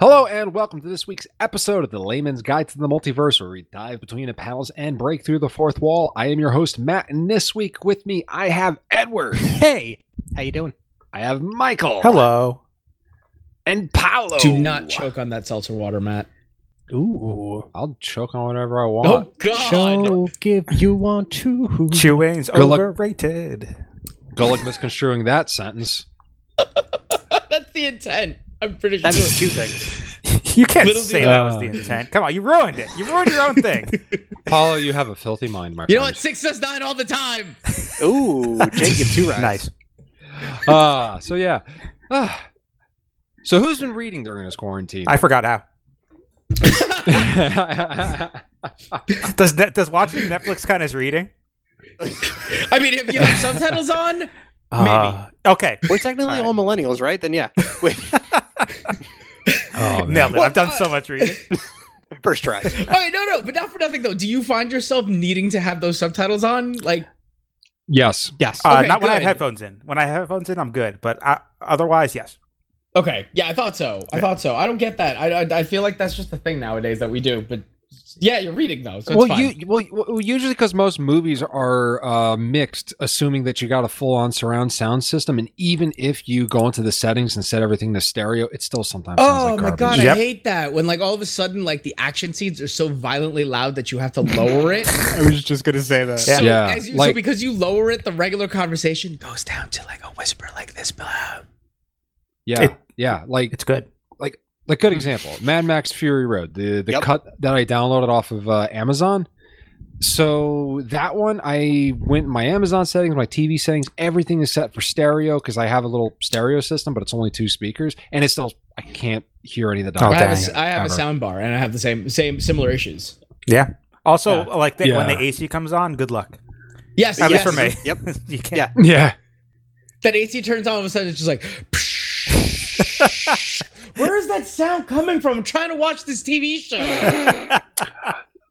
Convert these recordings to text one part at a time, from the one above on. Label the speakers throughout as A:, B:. A: Hello and welcome to this week's episode of the Layman's Guide to the Multiverse, where we dive between the panels and break through the fourth wall. I am your host Matt, and this week with me I have Edward.
B: Hey, how you doing?
A: I have Michael.
C: Hello.
A: And Paolo.
D: Do not choke on that seltzer water, Matt.
A: Ooh, I'll choke on whatever I want.
D: Oh God!
B: Choke if you want to.
C: Chewing's
A: Good luck.
C: overrated.
A: Good luck misconstruing that sentence.
D: That's the intent. I'm pretty sure.
B: That means two things.
C: You can't
D: Little
C: say
D: do-
C: that was
A: Uh.
C: the intent. Come on, you ruined it. You ruined your own thing.
A: Paolo, you have a filthy mind, my
D: you know
A: friend.
D: what? Six does nine all the time.
B: Ooh, Jake gets two rats.
C: nice.
A: Ah, so yeah. Ah. so who's been reading during this quarantine?
C: I forgot how.
A: Oh,
C: Does that does watching Netflix count as reading?
D: I mean, if you have subtitles on, Uh,
C: okay.
B: We're technically
C: Alright.
B: all millennials, right? Then yeah, Wait,
A: oh, man.
C: Nailed it. I've done so much reading.
B: first try.
D: okay, no, no, but not for nothing though. Do you find yourself needing to have those subtitles on? Like,
A: Yes.
B: Yes.
C: Uh,
D: Okay,
C: not when I have
D: good.
C: headphones in. When I have headphones in, I'm good. But I, otherwise, yes.
D: okay, yeah, I thought so. I thought so. I don't get that. I, I, I feel like that's just the thing nowadays that we do. But yeah, you're reading though, so it's
A: well,
D: fine.
A: you well, well usually because most movies are uh, mixed, assuming that you got a full-on surround sound system, and even if you go into the settings and set everything to stereo, it still sometimes.
D: Oh
A: sounds
D: my
A: like
D: god,
A: garbage.
D: I
C: Yep.
D: hate that when like all of a sudden like the action scenes are so violently loud that you have to lower it.
E: I was just gonna say that.
D: So,
A: Yeah,
D: as you, so
A: like-
D: because you lower it, the regular conversation goes down to like a whisper like this. Blah.
A: Yeah,
C: It-
A: yeah, like
C: It's good.
A: like good example, Mad Max Fury Road, the the
B: Yep.
A: cut that I downloaded off of uh, Amazon. So that one, I went in my Amazon settings, my TV settings, everything is set for stereo because I have a little stereo system, but it's only two speakers, and it's still I can't hear any of the.
C: Oh,
D: I have, a
C: dang
D: s
C: it,
D: I have a
A: ever.
D: sound bar and I have the same same similar issues.
C: Also, like the, when
A: Yeah.
C: the AC comes on, good luck.
D: Yes,
C: At
D: yes.
C: least for me.
B: Yep.
C: you can't.
B: Yeah.
A: Yeah,
D: That AC turns on all of a sudden. It's just like. Where is that sound coming from? I'm trying to watch this TV show.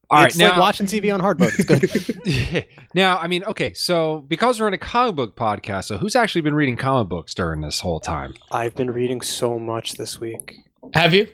A: all right.
B: it's
A: now
B: like watching TV on hard mode. It's good.
A: now, I mean, okay, so because we're in a comic book podcast, so who's actually been reading comic books during this whole time?
B: I've been reading so much this week.
D: Have you?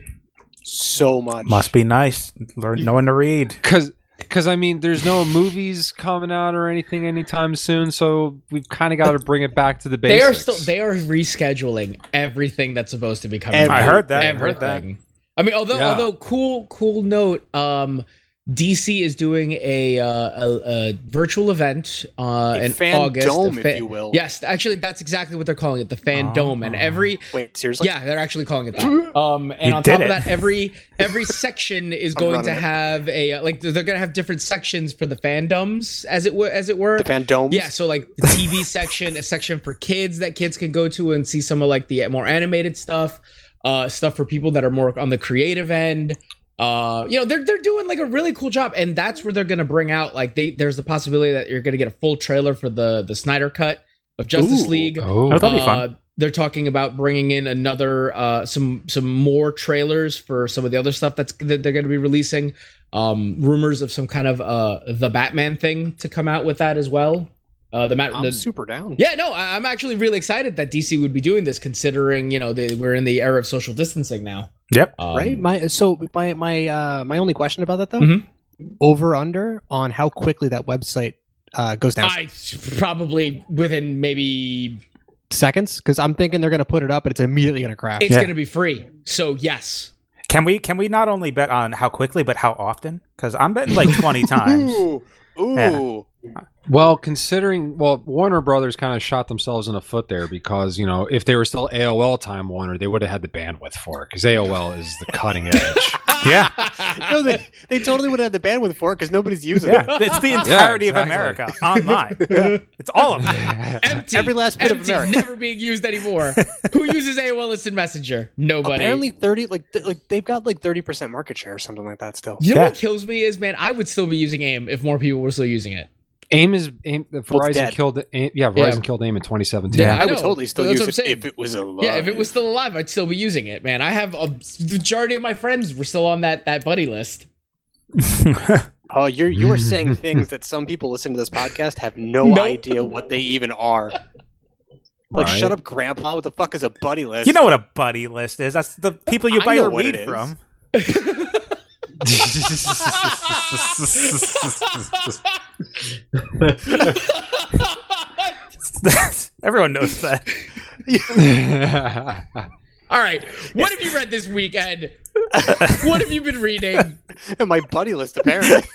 B: So much.
C: Must be nice. Learn knowing to read.
A: Because, because I mean, there's no movies coming out or anything anytime soon, so we've kind of got to bring it back to the
D: They are
A: basics.
D: still. They are rescheduling everything that's supposed to be coming.
B: Every-
D: out.
C: I heard that. I heard that.
D: everything. I mean, although
A: Yeah.
D: although cool cool note, um, DC is doing a uh, a, a virtual event uh,
B: A
D: in
B: fan
D: August. a
B: dome,
D: fa-
B: if you will.
D: Yes, actually, that's exactly what they're calling it, the fan
C: Oh.
D: dome, and every
B: Wait, seriously?
D: yeah, they're actually calling it that. Um, and
C: You
D: on
C: did
D: top of
C: it.
D: that, every every section is
B: I'm
D: going
B: running
D: to
B: it.
D: have a uh, like they're they're gonna have different sections for the fandoms, as it were, as it were.
B: The Fandomes?
D: Yeah, so like the TV section, a section for kids that kids can go to and see some of like the more animated stuff, uh, stuff for people that are more on the creative end. Uh, you know, they're they're doing like a really cool job, and that's where they're gonna bring out like they there's the possibility that you're gonna get a full trailer for the the Snyder cut of Justice
B: Ooh.
D: League.
A: Oh,
C: Oh, that'd be fun.
D: Uh, they're talking about bringing in another uh, some some more trailers for some of the other stuff that's that they're going to be releasing. Um, rumors of some kind of uh, the Batman thing to come out with that as well. Uh, the, Matt,
B: I'm
D: the
B: super down.
D: yeah, no, I- I'm actually really excited that DC would be doing this, considering you know they, we're in the era of social distancing now.
C: Yep.
D: Um,
B: Right. My so my my uh my only question about that though,
D: Mhm.
B: over under on how quickly that website uh goes down.
D: I probably within maybe
B: seconds because I'm thinking they're gonna put it up and it's immediately gonna crash.
D: it's
C: Yeah.
D: going to be free. So yes,
C: Can we can we not only bet on how quickly but how often? Because I'm betting like 20 times.
B: Ooh, ooh.
A: well, considering well, Warner Brothers kind of shot themselves in the foot there because you know if they were still AOL Time Warner, they would have had the bandwidth for it because AOL is the cutting edge.
C: Yeah.
B: No, they, they totally would have the bandwidth for it because nobody's using
C: Yeah,
B: it.
C: it's the
A: exactly.
C: entirety of America online. It's all of it.
D: empty.
B: Every last bit of
D: empty,
B: America.
D: never being used anymore. Who uses AOL Instant Messenger? Nobody.
B: Apparently, thirty like th- like they've got like thirty percent market share or something like that. Still,
D: you know
C: Yeah.
D: what kills me is, man, I would still be using AIM if more people were still using it.
A: AIM is AIM, Verizon
B: dead.
A: killed AIM, yeah Verizon killed AIM in 2017.
C: Yeah.
B: I, would
D: know.
B: totally still
D: That's
B: use it
D: what I'm saying.
B: if it was alive.
D: yeah, if it was still alive, I'd still be using it, man. I have a the majority of my friends were still on that that buddy list.
B: oh, you're you are saying things that some people listening to this podcast have no
D: Nope.
B: idea what they even are.
E: Like,
A: Right.
E: shut up, Grandpa. What the fuck is a buddy list?
C: You know what a buddy list is? That's the people you
E: I
C: buy
E: know
C: your
E: what it
C: weed
E: is.
C: from. Everyone knows that.
D: All right. What have you read this week, Ed? What have you been reading?
E: my buddy list apparently.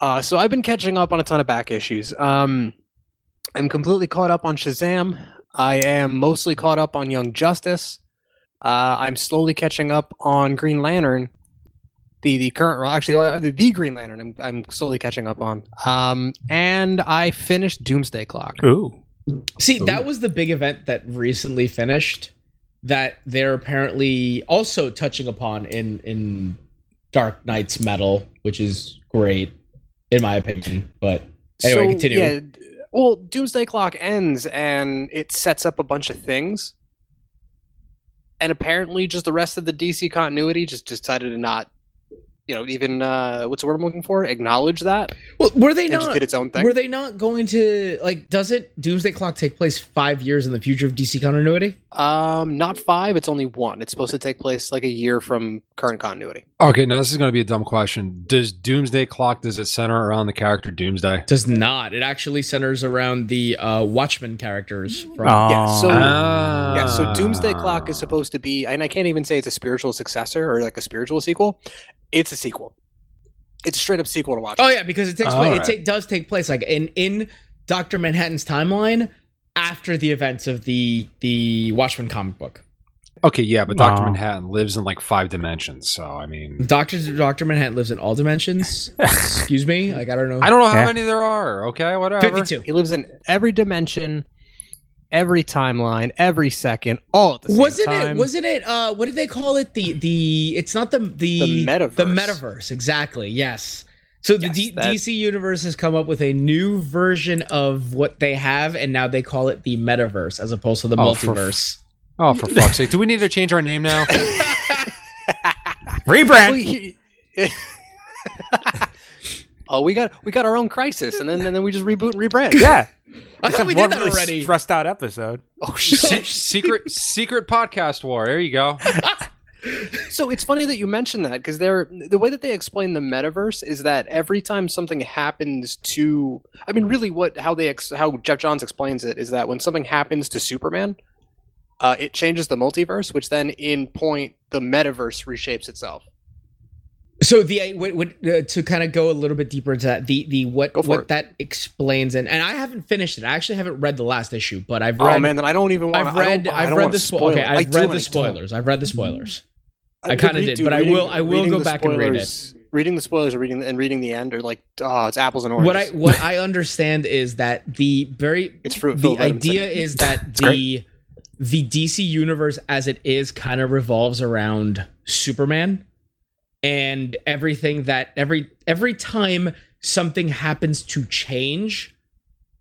E: Uh, so I've been catching up on a ton of back issues. Um, I'm completely caught up on Shazam. I am mostly caught up on Young Justice. Uh, I'm slowly catching up on Green Lantern. The the current well, actually uh, the, the Green Lantern. I'm I'm slowly catching up on. Um, and I finished Doomsday Clock.
C: Ooh.
D: See, that was the big event that recently finished that they're apparently also touching upon in in Dark Knight's Metal, which is great in my opinion, but Anyway, continue.
E: Yeah, d- well, Doomsday Clock ends and it sets up a bunch of things. And apparently just the rest of the DC continuity just decided to not, you know, even uh what's the word I'm looking for? Acknowledge that.
D: well, were they
E: And just
D: not
E: did its own thing.
D: were they not going to like doesn't Doomsday Clock take place 5 years in the future of DC continuity?
E: Um not five, it's only one. It's supposed to take place like a year from current continuity.
A: okay, now this is going to be a dumb question. Does Doomsday Clock does it center around the character Doomsday?
D: Does not. It actually centers around the uh Watchmen characters from
C: Oh,
E: Yeah, so-
A: Ah.
E: Oh. Yeah, so Doomsday Clock is supposed to be and I can't even say it's a spiritual successor or like a spiritual sequel. It's a sequel. It's straight up sequel to watch.
D: Oh yeah, because it takes
A: All
D: place,
A: right.
D: it ta- does take place like in in Doctor Manhattan's timeline after the events of the the Watchmen comic book.
A: okay, yeah, but Doctor
C: Wow.
A: Manhattan lives in like five dimensions, so I mean,
D: Doctor Doctor Manhattan lives in all dimensions. Excuse me, like I don't know.
A: I don't know how
C: Yeah.
A: many there are. Okay, whatever.
D: Fifty-two.
E: He
D: It
E: lives in every dimension, every timeline, every second, all at the same
D: wasn't it?
E: time.
D: Wasn't it? Uh, what did they call it? The the it's not the the
E: The metaverse.
D: The metaverse, exactly. Yes. So the
E: Yes,
D: D-
E: that-
D: DC universe has come up with a new version of what they have, and now they call it the metaverse as opposed to the
A: Oh, for f-
D: multiverse.
A: Oh, for fuck's sake! Do we need to change our name now?
D: Uh,
E: Well,
C: Rebrand.
E: he- oh, we got we got our own crisis, and then and then we just reboot and rebrand.
C: Yeah.
D: I thought we
C: One
D: did that
C: really
D: already.
C: Stressed out episode.
E: Oh
A: Se-
E: shit!
A: secret, secret podcast war. There you go.
E: so it's funny that you mentioned that because they're the way that they explain the metaverse is that every time something happens to, I mean, really, what how they ex, how Jeff Johns explains it is that when something happens to Superman, uh, it changes the multiverse, which then in point the metaverse reshapes itself.
D: So the what, what, uh, to kind of go a little bit deeper into that the the what
E: Go for
D: what
E: it.
D: that explains and and I haven't finished it. I actually haven't read the last issue, but I've read
E: Oh man, then I don't even want.
D: I've read
E: I
D: I've
E: don't
D: read
E: wanna
D: the
E: spoil
D: spoil. Okay,
E: it.
D: I've
E: do
D: read
E: wanna
D: the
E: spoil it.
D: spoilers. I've read the spoilers. I
E: could
D: kinda
E: read-
D: did,
E: dude,
D: but I
E: reading-
D: will- I will
E: reading
D: go
E: the
D: back and read it.
E: spoilers- Reading the spoilers or reading and reading the end are like, oh, it's apples and oranges.
D: What I what I understand is that the very
E: it's fruit.
D: the
E: filled with
D: idea
E: vitamins.
D: is that the the DC universe as it is kind of revolves around Superman and everything that every every time something happens to change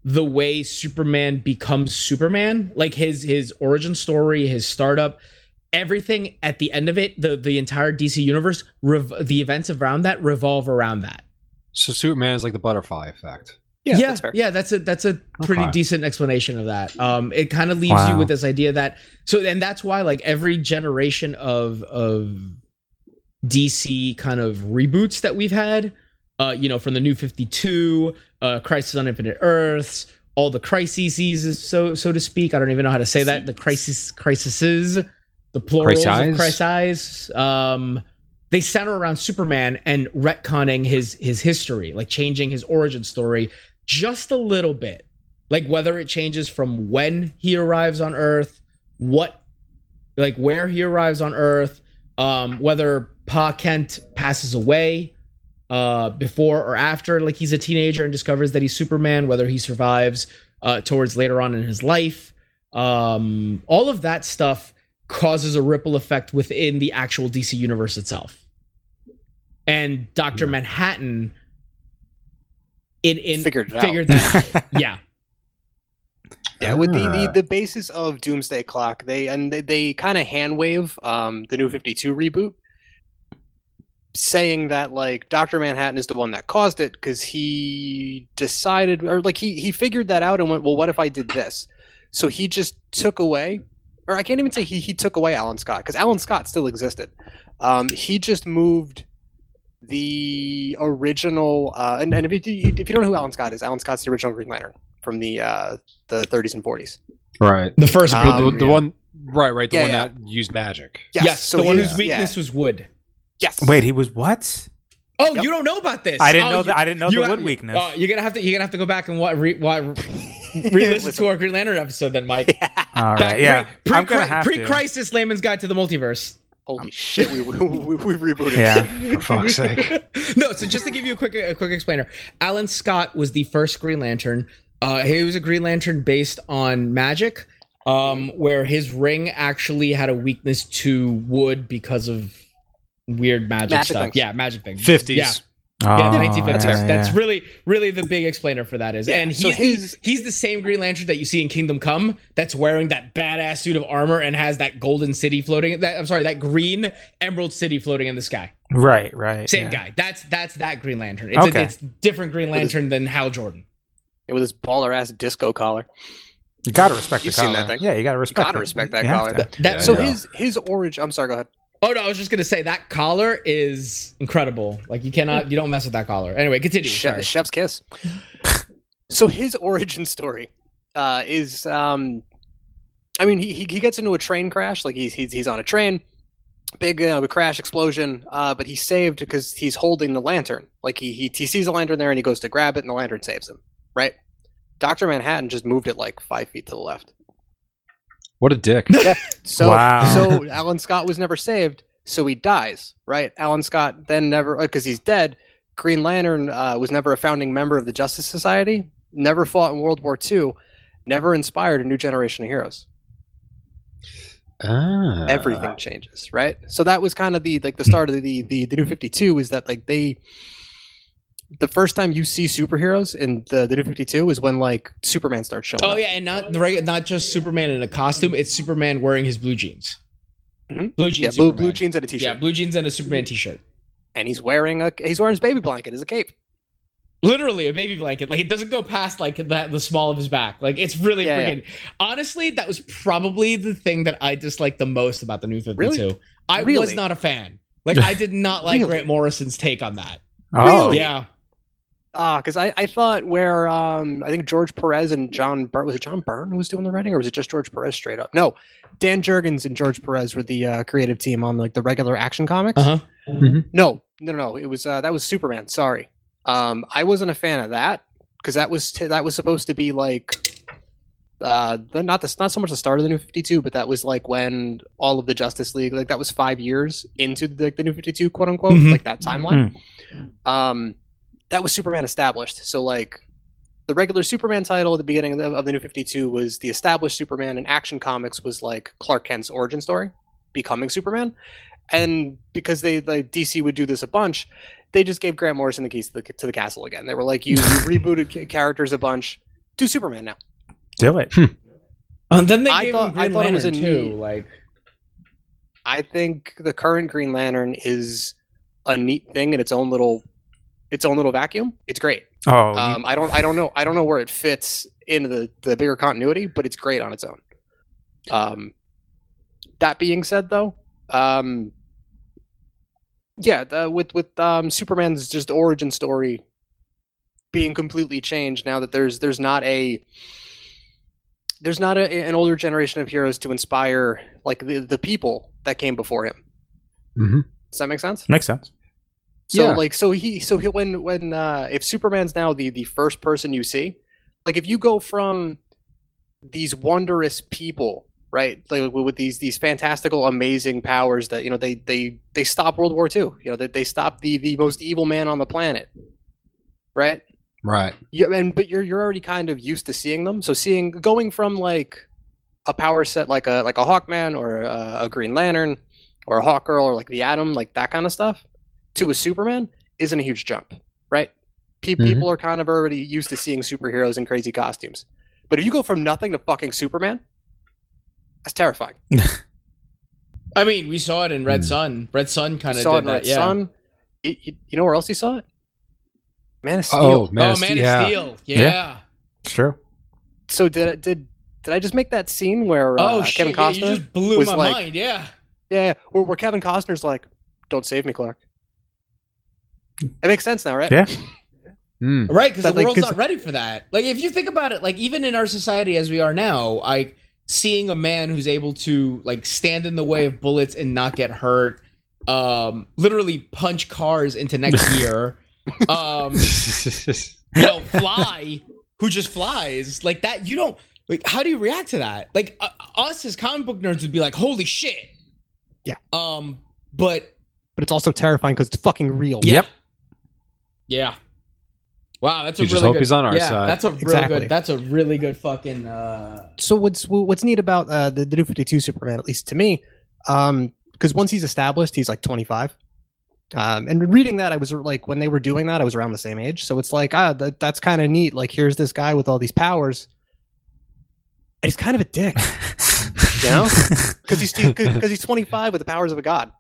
D: the way Superman becomes Superman, like his his origin story, his startup, everything at the end of it, the the entire DC universe, rev- the events around that revolve around that.
A: So Superman is like the butterfly effect.
E: yeah,
D: yeah,
E: that's fair.
D: yeah, that's a that's a pretty
A: Okay.
D: decent explanation of that. Um, it kind of leaves you
C: Wow.
D: with this idea that so, and that's why like every generation of of DC kind of reboots that we've had, uh, you know, from the New Fifty Two, uh, Crisis on Infinite Earths, all the crises, so so to speak. I don't even know how to say that. The crisis, crises, the plurals of
A: Crises?
D: crises. Um, they center around Superman and retconning his his history, like changing his origin story just a little bit. Like whether it changes from when he arrives on Earth, what like where he arrives on Earth, um, whether Pa Kent passes away uh before or after, like he's a teenager and discovers that he's Superman, whether he survives uh towards later on in his life. Um all of that stuff causes a ripple effect within the actual DC universe itself. And Dr. Manhattan in in
E: Figured it out.
D: figured that out. yeah
E: Yeah, with the,
A: Ah.
E: the, the basis of Doomsday Clock, they and they, they kind of hand wave um, the new 52 reboot saying that like Dr. Manhattan is the one that caused it because he decided or like he he figured that out and went, "Well, what if I did this?" So he just took away or I can't even say he he took away Alan Scott because Alan Scott still existed. Um, he just moved the original uh, and, and if, you, if you don't know who Alan Scott is, Alan Scott's the original Green Lantern from the uh, the 30s and 40s.
A: Right.
D: The first
E: Um,
A: the the
E: yeah.
A: one. Right. Right. The
E: Yeah,
A: one
E: yeah.
A: that used magic.
D: Yes, the
E: he-
D: one whose
E: yeah.
D: weakness was wood.
E: Yes.
C: Wait, he was what?
D: Oh,
E: Yep.
D: you don't know about this.
C: I didn't
D: Oh,
C: know
D: you-
C: that. I didn't know
D: you
C: the
D: ha-
C: wood weakness.
D: uh, you're gonna have to. You're gonna have to go back and what re, what, re-listen to our Green Lantern episode then, Mike.
C: All
D: Back
C: right, yeah.
D: Pre,
C: I'm gonna have
D: pre
C: to.
D: crisis Layman's Guide to the Multiverse.
E: Holy shit, we, we, we, we rebooted.
C: Yeah.
A: For fuck's sake.
D: no, so just to give you a quick a quick explainer, Alan Scott was the first Green Lantern. Uh, he was a Green Lantern based on magic, um, where his ring actually had a weakness to wood because of weird magic,
E: Magic
D: stuff.
E: things.
D: Yeah, magic things.
A: Fifties.
D: Yeah,
C: Oh,
D: yeah, the 1950s. That's really, really the big explainer for that is. And
E: so
D: he's,
E: his-
D: he's the same Green Lantern that you see in Kingdom Come that's wearing that badass suit of armor and has that golden city floating. That, I'm sorry, that green emerald city floating in the sky.
C: Right, right.
D: Same
C: yeah.
D: guy. That's that's that Green Lantern. It's, a-
C: Okay.
D: it's different Green Lantern than Hal Jordan.
E: With his baller ass disco collar.
C: You gotta respect
E: You've
C: the
E: seen
C: collar.
E: that thing.
C: Yeah, you gotta respect.
E: gotta
C: it.
E: respect that
C: You have
E: collar.
C: to.
D: That
A: Yeah,
E: So
A: yeah.
E: his his origin. I'm sorry. Go ahead.
D: oh no, I was just gonna say that collar is incredible. Like you cannot, you don't mess with that collar. Anyway, continue. Sorry.
E: Chef, chef's kiss. so his origin story uh, is, um, I mean, he, he he gets into a train crash. Like he's he's, he's on a train, big uh, crash explosion. Uh, but he's saved because he's holding the lantern. Like he, he he sees a lantern there and he goes to grab it and the lantern saves him. Right. Doctor Manhattan just moved it like five feet to the left.
A: What a dick.
E: So
C: Wow.
E: so Alan Scott was never saved, so he dies, right? Alan Scott then never because he's dead. Green Lantern uh, was never a founding member of the Justice Society, never fought in World War II, never inspired a new generation of heroes.
A: Ah.
E: Everything changes, right? So that was kind of the like the start of the the, the New Fifty Two is that like they. The first time you see superheroes in the, the New Fifty Two is when like Superman starts showing
D: Oh
E: up.
D: yeah, and not the regu- not just Superman in a costume. It's Superman wearing his blue jeans.
E: Mhm.
D: Blue
E: yeah,
D: jeans.
E: blue,
D: Superman.
E: blue jeans and a t-shirt,
D: Yeah, blue jeans and a Superman T-shirt.
E: and he's wearing a he's wearing his baby blanket as a cape.
D: Literally a baby blanket. Like it doesn't go past like that the small of his back. Like it's really
E: Yeah, yeah.
D: freaking. Honestly, that was probably the thing that I disliked the most about the new Fifty Two.
E: Really?
D: I was
E: Really?
D: not a fan. Like I did not like
E: Really?
D: Grant Morrison's take on that.
C: Oh,
E: Really?
D: Yeah.
E: Ah, because I, I thought where um I think George Perez and John Byrne was it John Byrne who was doing the writing or was it just George Perez straight up? No, Dan Jurgens and George Perez were the uh, creative team on like the regular action comics.
D: Uh-huh.
E: No, no, no, it was uh, that was Superman. Sorry, um, I wasn't a fan of that because that was t- that was supposed to be like uh the, not this not so much the start of the New Fifty Two, but that was like when all of the Justice League like that was five years into the, the New Fifty Two, quote unquote,
D: Mhm.
E: like that timeline um, that was Superman established. So like the regular Superman title at the beginning of the, of the New Fifty Two was the established Superman, and Action Comics was like Clark Kent's origin story, becoming Superman. And because they like DC would do this a bunch, they just gave Grant Morrison the keys to the, to the castle again. They were like, you, you rebooted ca- characters a bunch, do Superman now.
C: do it.
D: And then they
E: I
D: gave
E: thought-
D: him
E: I
D: Green
E: thought it was
D: Lantern
E: a
D: too.
E: neat-
D: Like
E: I think the current Green Lantern is a neat thing in its own little its own little vacuum. It's great.
C: Oh,
E: Um, I don't, I don't know, I don't know where it fits into the the bigger continuity, but it's great on its own. Um, that being said, though, um, yeah, the, with with um, Superman's just origin story being completely changed now that there's there's not a there's not a, an older generation of heroes to inspire like the, the people that came before him.
A: Mhm.
E: Does that make sense?
C: makes sense.
E: So
A: Yeah.
E: like so he so he, when when uh if Superman's now the the first person you see, like if you go from these wondrous people, right? Like with these these fantastical amazing powers that you know they they they stop World War II. You know they they stop the the most evil man on the planet. Right?
A: Right.
E: Yeah, and but you're you're already kind of used to seeing them. So seeing going from like a power set like a like a Hawkman or a, a Green Lantern or a Hawkgirl or like the Atom, like that kind of stuff, to a Superman isn't a huge jump, right? Pe-
D: Mm-hmm.
A: Mhm.
E: People are kind of already used to seeing superheroes in crazy costumes. But if you go from nothing to fucking Superman, that's terrifying.
D: I mean, we saw it in Red
A: Hmm.
D: Sun. Red Sun kind of
E: Saw it
D: did
E: in
D: that.
E: Red
D: yeah.
E: Sun. You, you you know where else you saw it? Man of Steel.
A: Oh man,
D: oh,
A: it's-
D: Man
A: yeah.
D: of Steel. Yeah.
C: Yeah. It's true.
E: So did did did I just make that scene where uh,
D: oh,
E: Kevin
D: shit. yeah,
E: Costner?
D: You just blew
E: was
D: my
E: like-
D: mind. Yeah.
E: yeah, yeah, where, where Kevin Costner's like, "Don't save me, Clark." It makes sense now, right?
C: Yeah.
A: Mm.
D: Right. Because
E: That,
D: the
E: like,
D: world's
E: 'cause-
D: not ready for that. Like, if you think about it, like, even in our society as we are now, like, seeing a man who's able to, like, stand in the way of bullets and not get hurt, um, literally punch cars into next year, um,
A: Hmm.
D: you know, fly who just flies like that. You don't like. How do you react to that? Like uh, us as comic book nerds would be like, "Holy shit!"
B: Yeah.
D: Um. But
B: but it's also terrifying because it's fucking real.
D: yeah.
C: Yep.
D: Yeah. Wow, that's
A: You
D: a
A: just
D: really
A: hope
D: good.
A: he's on our
D: yeah,
A: side.
D: that's a really
B: Exactly.
D: good. That's a really good fucking. Uh,
B: So what's what's neat about uh, the, the New Fifty Two Superman, at least to me, because once he's established, he's like twenty five. Um, and reading that, I was like, when they were doing that, I was around the same age. So it's like, ah, that, that's kind of neat. Like, here's this guy with all these powers. And he's kind of a dick,
E: You know, because he's because he's 25 with the powers of a god.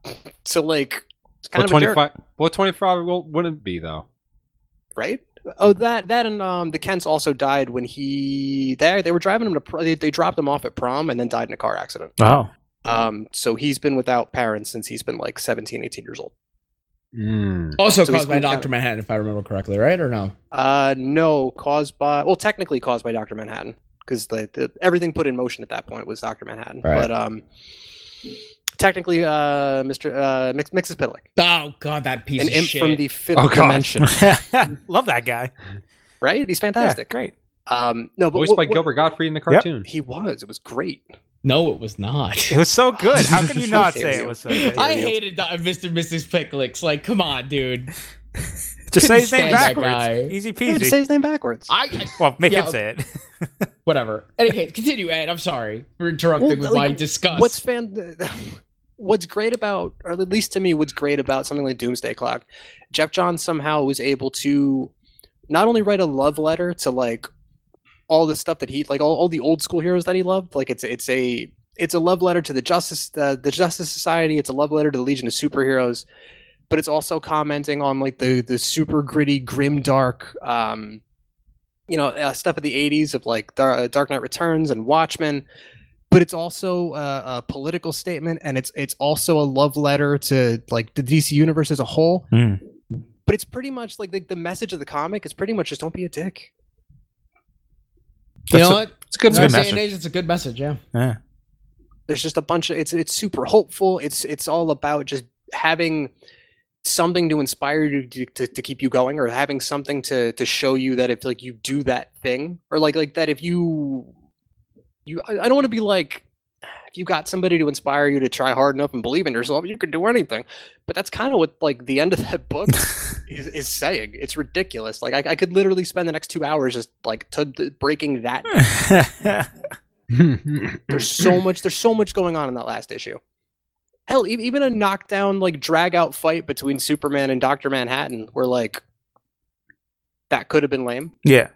E: So like, it's kind
A: What
E: of a
A: 25
E: jerk,
A: what 25 will wouldn't be though
E: right? Oh, that that and um, the Kents also died when he there. They were driving him to pr- they, they dropped him off at prom and then died in a car accident.
C: Oh.
E: Um, so he's been without parents since he's been like 17, 18 years old. Hmm.
A: Mm.
D: also
E: So he's
D: caused by
E: cool
D: Doctor Manhattan, if I remember correctly, right or no?
E: Uh, no, caused by well, technically caused by Doctor Manhattan because the, the everything put in motion at that point was Doctor Manhattan.
D: Right.
E: But um, technically, uh, Mister uh, Mix Mixes Pidlick,
D: Oh God, that piece
E: an
D: of
E: imp
D: shit.
E: from the fifth
A: Oh, God.
E: dimension,
C: Love that guy.
E: right? He's fantastic.
C: Yeah, great.
E: Um, no, but
A: voiced
E: what-
A: by
E: what-
A: Gilbert Gottfried in the
C: Yep.
A: cartoon
E: He was. It was great.
D: no, it was not.
C: It was so good. How can you not say it was so good?
D: I hated Do- Mr. and Mrs. Picklicks. Like, come on, dude.
C: Just say his name
D: Stand that guy.
C: backwards. Easy
E: Yeah, just
C: peasy.
E: say his name backwards.
D: I, I
C: Well, make
D: Yeah,
C: him say it.
D: whatever. Anyway, continue, Ed. I'm sorry for interrupting
E: Well,
D: with
E: like,
D: my disgust.
E: What's fan? What's great about, or at least to me, what's great about something like Doomsday Clock, Jeff Johns somehow was able to not only write a love letter to like all the stuff that he like all, all the old school heroes that he loved. Like it's it's a it's a love letter to the Justice the, the Justice Society. It's a love letter to the Legion of Superheroes, but it's also commenting on like the the super gritty, grim, dark, um, you know, uh, stuff of the '80s of like Dar- uh, Dark Knight Returns and Watchmen. But it's also a, a political statement, and it's it's also a love letter to like the DC universe as a whole.
A: Hmm.
C: Mm.
E: But it's pretty much like the, the message of the comic is pretty much just don't be a dick.
D: you know what?
A: it's a good
D: In our
A: message.
C: That's a
D: day
C: message.
D: and age, it's a good message. Yeah.
C: Yeah.
E: there's just a bunch of it's it's super hopeful it's it's all about just having something to inspire you to, to, to keep you going or having something to to show you that if like you do that thing or like like that if you you i, I don't want to be like if you got somebody to inspire you to try hard enough and believe in yourself you could do anything but that's kind of what like the end of that book is, is saying it's ridiculous like I, I could literally spend the next two hours just like to, breaking that there's so much. There's so much going on in that last issue. Hell, e- even a knockdown, like drag out fight between Superman and Doctor Manhattan, where like that could have been lame,
C: yeah.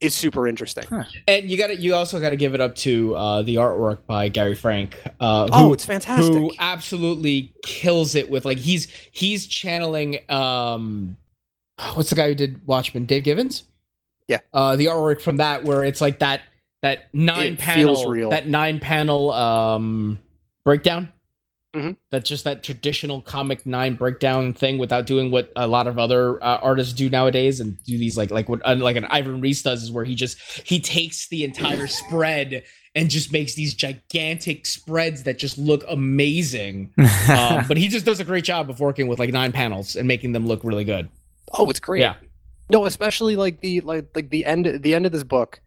E: is super interesting.
D: And you got to You also got to give it up to uh, the artwork by Gary Frank, uh,
E: Oh,
D: who
E: it's fantastic.
D: who absolutely kills it with like he's he's channeling um, what's the guy who did Watchmen? Dave Givens.
E: Yeah.
D: Uh, the artwork from that where it's like that that nine panel
E: feels real.
D: that nine panel um breakdown.
E: Mhm.
D: That's just that traditional comic nine breakdown thing without doing what a lot of other uh, artists do nowadays and do these like like what uh, like an Ivan Reese does is where he just he takes the entire spread and just makes these gigantic spreads that just look amazing. Um, but he just does a great job of working with like nine panels and making them look really good.
E: Oh, it's great.
D: Yeah.
E: No, especially like the like like the end the end of this book,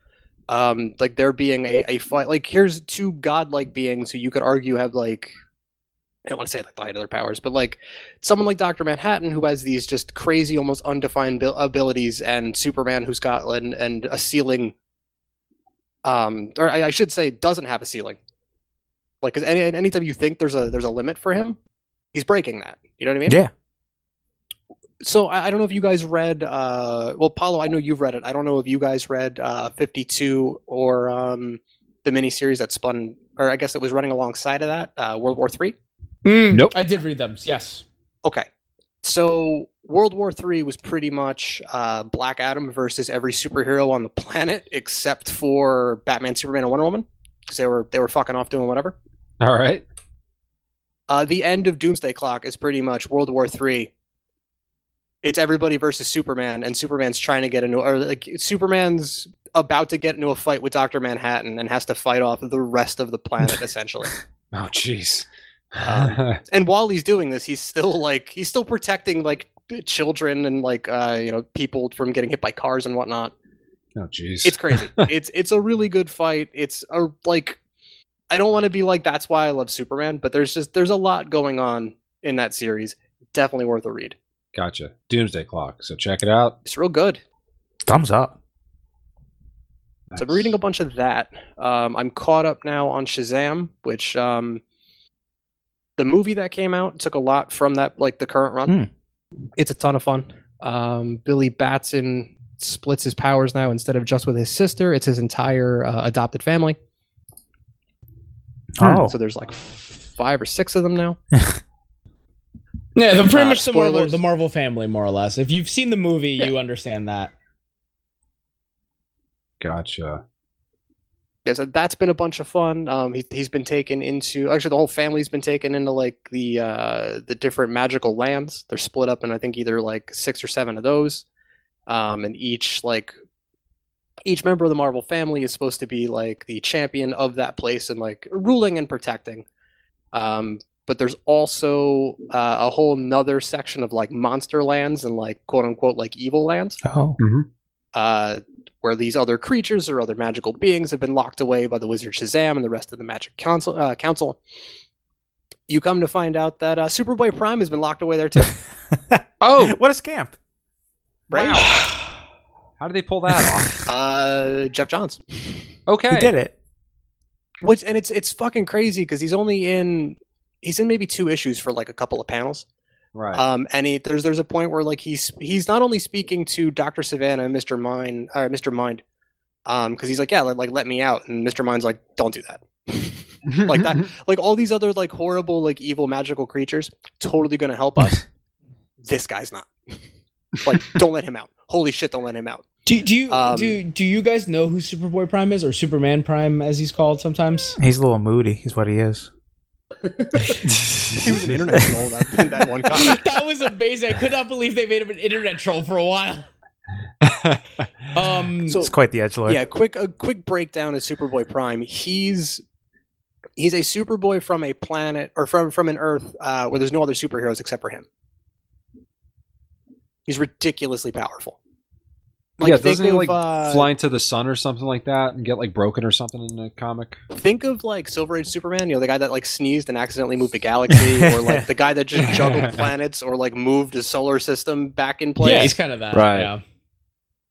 E: um, like there being a, a fight. Like here's two godlike beings who you could argue have like I don't want to say like light other powers, but like someone like Doctor Manhattan who has these just crazy, almost undefined abil- abilities, and Superman who's got and and a ceiling. Um, or I, I should say, doesn't have a ceiling. Like, 'cause any anytime you think there's a there's a limit for him, he's breaking that. You know what I mean?
C: Yeah.
E: so I, I don't know if you guys read uh well paulo i know you've read it i don't know if you guys read uh 52 or um the miniseries that spun or i guess it was running alongside of that uh world war three
A: Nope.
D: I did read them. Yes.
E: Okay. So World War III was pretty much uh, Black Adam versus every superhero on the planet except for Batman, Superman, and Wonder Woman because they were they were fucking off doing whatever.
A: All right.
E: Uh, the end of Doomsday Clock is pretty much World War III. It's everybody versus Superman, and Superman's trying to get into or like Superman's about to get into a fight with Doctor Manhattan and has to fight off the rest of the planet essentially.
A: Oh, jeez.
E: and while he's doing this, he's still like he's still protecting like children and like uh, you know people from getting hit by cars and whatnot.
A: oh, jeez.
E: It's crazy. it's it's a really good fight. It's a like I don't want to be like that's why I love Superman, but there's just there's a lot going on in that series. Definitely worth a read.
A: Gotcha. Doomsday Clock. So check it out.
E: It's real good.
C: Thumbs up.
E: So I'm reading a bunch of that. Um, I'm caught up now on Shazam, which um, the movie that came out took a lot from that, like the current run. It's a ton of fun. Um, Billy Batson splits his powers now instead of just with his sister; it's his entire uh, adopted family.
C: Oh,
E: Hmm. So there's like f- five or six of them now.
D: Yeah, they're pretty
E: Uh,
D: much the Marvel,
E: spoilers.
D: the Marvel family, more or less. If you've seen the movie, you understand that.
A: Gotcha.
E: Yeah, so that's been a bunch of fun. Um, he, he's been taken into actually the whole family's been taken into like the uh, the different magical lands. They're split up in I think either like six or seven of those, um, and each like each member of the Marvel family is supposed to be like the champion of that place and like ruling and protecting. Um, but there's also uh, a whole nother section of like monster lands and like quote unquote like evil lands
C: oh,
E: uh, where these other creatures or other magical beings have been locked away by the wizard Shazam and the rest of the Magic Council. Uh, council. You come to find out that uh, Superboy Prime has been locked away there too.
C: oh, what a scamp!
A: How did they pull that off?
E: uh, Jeff Johns.
A: Okay.
C: He did it.
E: Which and it's it's fucking crazy because he's only in he's in maybe two issues for like a couple of panels.
A: Right.
E: Um, and he, there's there's a point where like he's he's not only speaking to Doctor Savannah and Mister Mind or Mister Mind, um, because he's like yeah like, like let me out and Mister Mind's like don't do that. like that- like all these other like horrible like evil magical creatures totally gonna help us this guy's not like don't let him out holy shit don't let him out
D: Do, do you
E: Um,
D: do do you guys know who Superboy Prime is or Superman Prime as he's called sometimes?
C: He's a little moody. Is what he is.
E: he was an internet troll that, in that one comic
D: that was amazing. I could not believe they made him an internet troll for a while. Um,
E: So-
C: it's quite the edge lord.
E: yeah quick a quick breakdown of superboy prime he's he's a superboy from a planet or from from an earth uh, where there's no other superheroes except for him he's ridiculously powerful
A: yeah, doesn't he
E: think
A: like
E: of, uh,
A: fly into the sun or something like that and get like broken or something in the comic?
E: Think of like Silver Age Superman, you know, the guy that like sneezed and accidentally moved a galaxy, or like the guy that just juggled planets or like moved his solar system back in place.
D: yeah, he's kind of that.
A: Right.
D: Yeah.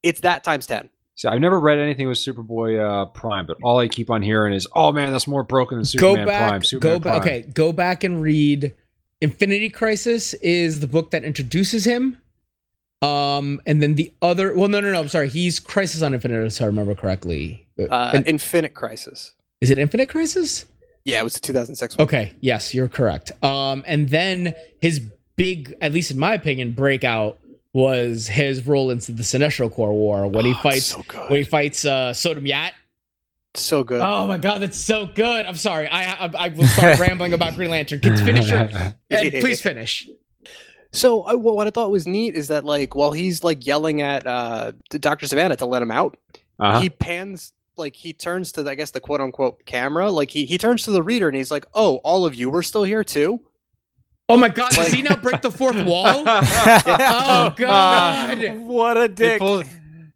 E: It's that times 10.
A: See, I've never read anything with Superboy uh, Prime, but all I keep on hearing is, "Oh man, that's more broken than Superman
D: go back.
A: Prime." Superman
D: go
A: Prime.
D: back. Okay, go back and read. Infinity Crisis is the book that introduces him. Um, and then the other. Well, no, no, no. I'm sorry. He's Crisis on Infinite Earths. If I remember correctly.
E: Uh,
D: And-
E: Infinite Crisis.
D: is it Infinite Crisis?
E: Yeah, it was the 2006 one.
D: Okay. Yes, you're correct. Um, and then his big, at least in my opinion, breakout was his role into the Sinestro Corps War when he
E: Oh, it's
D: fights
E: So good.
D: when he fights uh, Sodom Yat.
E: so good.
D: Oh my god, that's so good. I'm sorry. I I, I will start rambling about Green Lantern. Can finish your Ed, please finish.
E: So I, what I thought was neat is that like while he's like yelling at uh, Dr. Savannah to let him out,
A: Uh-huh.
E: he pans like he turns to the, I guess the quote unquote camera, like he, he turns to the reader and he's like, "Oh, all of you were still here too."
D: Oh my god, does
E: Like-
D: he now break the fourth wall? Oh, God.
C: what a dick!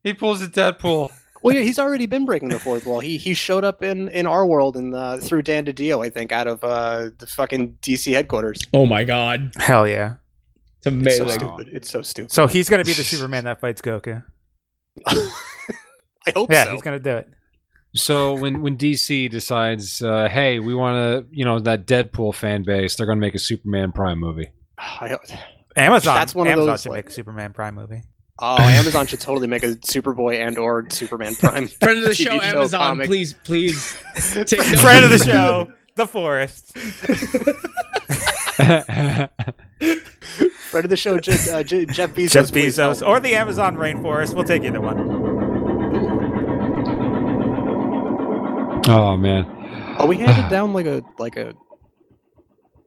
F: he pulls a Deadpool.
E: Well, yeah, he's already been breaking the fourth wall. He he showed up in in our world and uh, through Dan DiDio, I think, out of uh, the fucking DC headquarters.
D: Oh my god.
C: Hell yeah!
D: It's
E: It's so
D: amazing.
E: stupid. It's so stupid.
C: So he's gonna be the Superman that fights Goku.
E: I hope
C: Yeah,
E: so.
C: he's gonna do it.
A: So when when DC decides, uh, hey, we want to, you know, that Deadpool fan base, they're going to make a Superman Prime movie.
E: I hope-
C: Amazon.
E: That's one of
C: Amazon
E: those,
C: should
E: like-
C: make a Superman Prime movie.
E: Oh, Amazon should totally make a Superboy and or Superman Prime.
D: Friend of the
E: TV
D: show,
E: show
D: Amazon,
E: comic.
D: please, please. Take
C: Friend of the show, the forest.
A: That's
E: Friend of the show, Je- uh, Je- Jeff Bezos.
C: Jeff
E: please
C: Bezos
E: help.
C: or the Amazon rainforest. We'll take either one.
A: Oh man.
E: Are we headed down like a like a?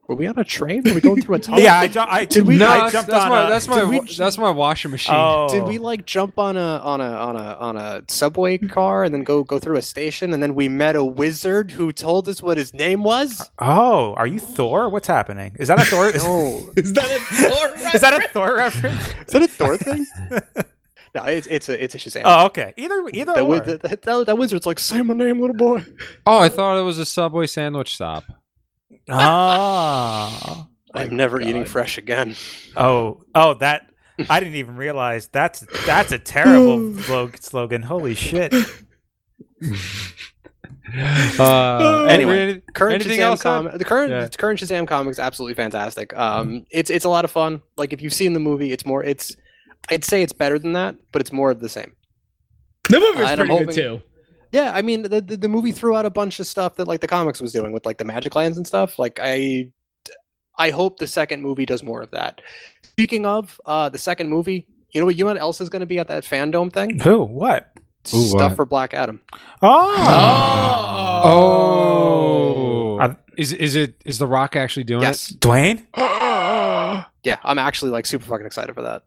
E: Were we on a train? Were we going through a tunnel?
C: Yeah, I, ju- I,
E: Oh, Did we-
C: I
E: No,
A: that's,
C: jumped
A: that's
C: on
A: my
C: a-
A: that's my
E: did we-
A: wa- that's my washing machine.
C: Oh.
E: Did we like jump on a on a on a on a subway car and then go go through a station and then we met a wizard who told us what his name was?
C: Oh, are you Thor? What's happening? Is that a Thor? Is,
E: No,
D: Is that a Thor
C: is that a Thor reference?
E: is that a Thor thing? no, it's it's a it's a Shazam.
C: Oh, okay. Either either
E: that,
C: or.
E: wi- that, that, that, that wizard's like, say my name, little boy.
A: Oh, I thought it was a Subway sandwich stop.
C: oh.
E: I'm never eating
D: God.
E: fresh again.
C: oh, oh, that I didn't even realize that's that's a terrible slog- slogan. Holy shit!
A: Uh,
E: Anyway. Current
A: Anything
E: Shazam
A: else, Ed?
E: comic. The current
A: Yeah.
E: the current Shazam comic is absolutely fantastic. Um, it's it's a lot of fun. Like if you've seen the movie, it's more. It's I'd say it's better than that, but it's more of the same.
D: The movie was
E: And I'm
D: pretty good
E: hoping-
D: too.
E: Yeah, I mean the, the the movie threw out a bunch of stuff that like the comics was doing with like the magic lands and stuff. Like I I hope the second movie does more of that. Speaking of uh the second movie, you know what you know what else is going to be at that fandom thing?
C: Who? What?
A: Ooh,
E: stuff
A: what?
E: for Black Adam.
C: Oh,
A: Oh,
C: I've-
A: is is it is the Rock actually doing
E: Yes.
C: Dwayne.
E: Yeah, I'm actually like super fucking excited for that.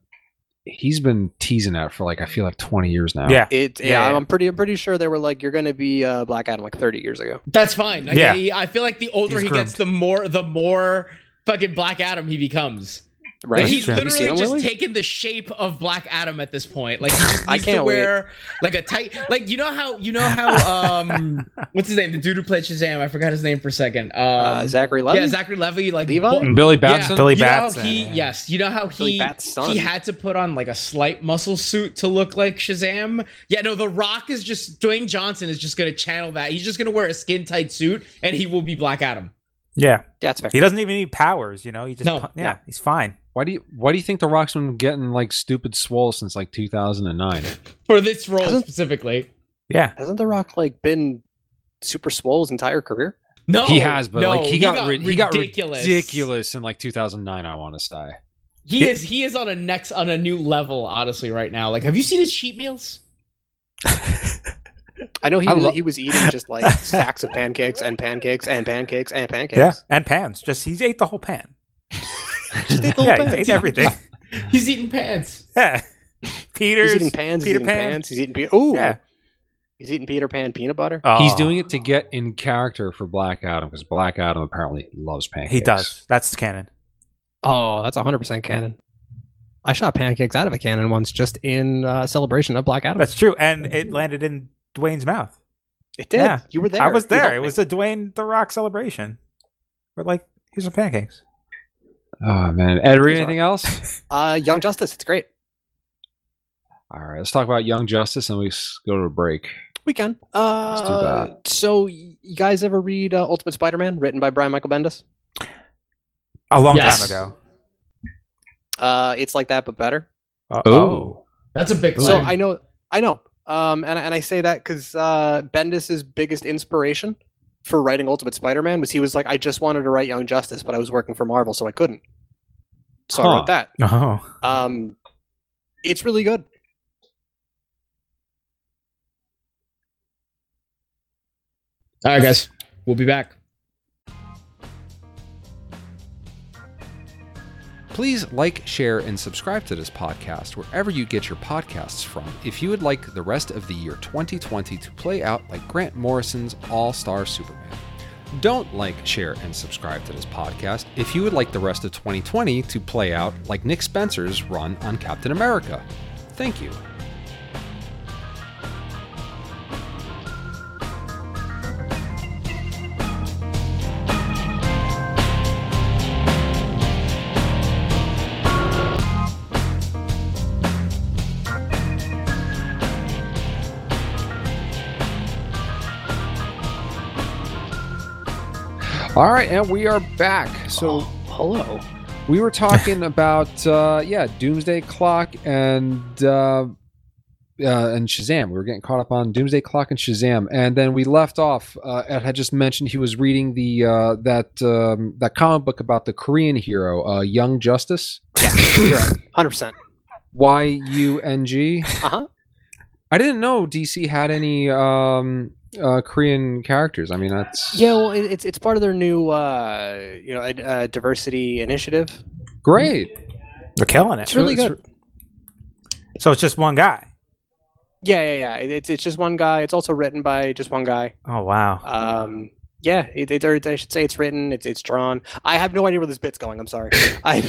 A: it? He's been teasing that for like I feel like twenty years now.
C: Yeah.
E: It
C: Yeah,
E: yeah,
C: yeah.
E: I'm pretty I'm pretty sure they were like you're going to be uh Black Adam like 30 years ago.
D: That's fine. Like,
C: Yeah.
D: he- I feel like the older
C: He's
D: he gets, the more the more fucking Black Adam he becomes.
E: Right?
D: Like he's
C: Have
E: you seen
D: literally
E: him
D: just
E: lately?
D: taken the shape of Black Adam at this point. Like he just
E: I
D: needs to
E: can't wait.
D: wear like a tight like you know how you know how um what's his name? The dude who played Shazam, I forgot his name for a second. Um
E: uh, Zachary Levi.
D: Yeah, Zachary Levy, like
E: Levi?
D: bu-
A: And Billy
D: yeah,
A: Batson.
C: Billy
D: you know how
C: Batson,
D: he-
C: yeah.
D: yes, you know how
E: Billy
D: he
E: Bat's son.
D: he had to put on like a slight muscle suit to look like Shazam. Yeah, no, The Rock is just Dwayne Johnson is just gonna channel that. He's just gonna wear a skin tight suit and he will be Black Adam.
C: Yeah,
E: Yeah, it's fair.
C: he doesn't even need powers. You know, he just
D: No.
C: pu- yeah, he's fine.
A: Why do you why do you think the Rock's been getting like stupid swole since like two thousand and nine?
D: For this role
E: Doesn't-
D: specifically.
C: Yeah,
E: Hasn't The Rock like been super swole his entire career?
D: No,
A: he has, but
D: no,
A: like he got, rid- he got
D: ridiculous.
A: ridiculous in like two thousand nine. I want to say.
D: He is he is on a next on a new level, honestly, right now. Like, have you seen his cheat meals?
E: I know he
A: I
E: was,
A: lo-
E: he was eating just like stacks of pancakes and pancakes and pancakes and pancakes.
C: yeah, and pans. Just he's ate the whole pan.
E: Just ate the whole
C: Yeah,
E: pan.
C: he ate everything.
D: He's eating pants.
C: Yeah,
E: He's
C: Peter's
E: eating pans.
C: Peter
E: he's eating
C: Pan.
E: pans. He's eating. Pe- Ooh.
C: Yeah.
E: He's eating Peter Pan peanut butter.
C: Oh,
A: He's doing it to get in character for Black Adam because Black Adam apparently loves pancakes.
C: He does. That's canon.
B: Oh, that's 100% canon. I shot pancakes out of a cannon once just in uh, celebration of Black Adam.
C: That's true, and it landed in Dwayne's mouth.
E: It did.
C: Yeah.
E: You were there.
C: I was
E: You
C: there.
E: helped
C: It
E: me.
C: was a Dwayne the Rock celebration. But like, here's some pancakes.
A: Oh man, Ed, read anything else?
E: Uh, Young Justice. It's great.
A: All right, let's talk about Young Justice and we s- go to a break.
E: We can.
A: do
E: Uh,
A: that.
E: so y- you guys ever read uh, Ultimate Spider-Man, written by Brian Michael Bendis?
C: A long
D: Yes.
C: time ago.
E: Uh, it's like that, but better.
C: Uh,
A: Oh.
D: That's a big
E: So
D: claim.
E: I know, I know, um, and and I say that because uh, Bendis's biggest inspiration for writing Ultimate Spider-Man was he was like, I just wanted to write Young Justice, but I was working for Marvel, so I couldn't. So I
A: Huh.
E: wrote that.
C: Oh.
E: Um, it's really good.
D: All right, guys, we'll be back.
A: Please like, share, and subscribe to this podcast wherever you get your podcasts from if you would like the rest of the year 2020 to play out like Grant Morrison's All Star Superman. Don't like, share, and subscribe to this podcast if you would like the rest of 2020 to play out like Nick Spencer's run on Captain America. Thank you. All right, and we are back. So,
E: hello.
A: We were talking about uh, yeah, Doomsday Clock and uh, uh, and Shazam. We were getting caught up on Doomsday Clock and Shazam, and then we left off. Uh, Ed had just mentioned he was reading the uh, that um, that comic book about the Korean hero, uh, Young Justice.
E: Hundred percent.
A: Y U N G.
E: Uh-huh.
A: I didn't know DC had any um, uh, Korean characters. I mean, that's
E: Yeah, well, it, it's it's part of their new uh, you know uh, uh, diversity initiative.
A: great.
C: They're killing it.
E: It's really good.
C: So it's just one guy.
E: Yeah, yeah, yeah. It, it's it's just one guy. It's also written by just one guy.
C: Oh wow.
E: Um, yeah, it, it, or I should say it's written. It's it's drawn. I have no idea where this bit's going. I'm sorry. I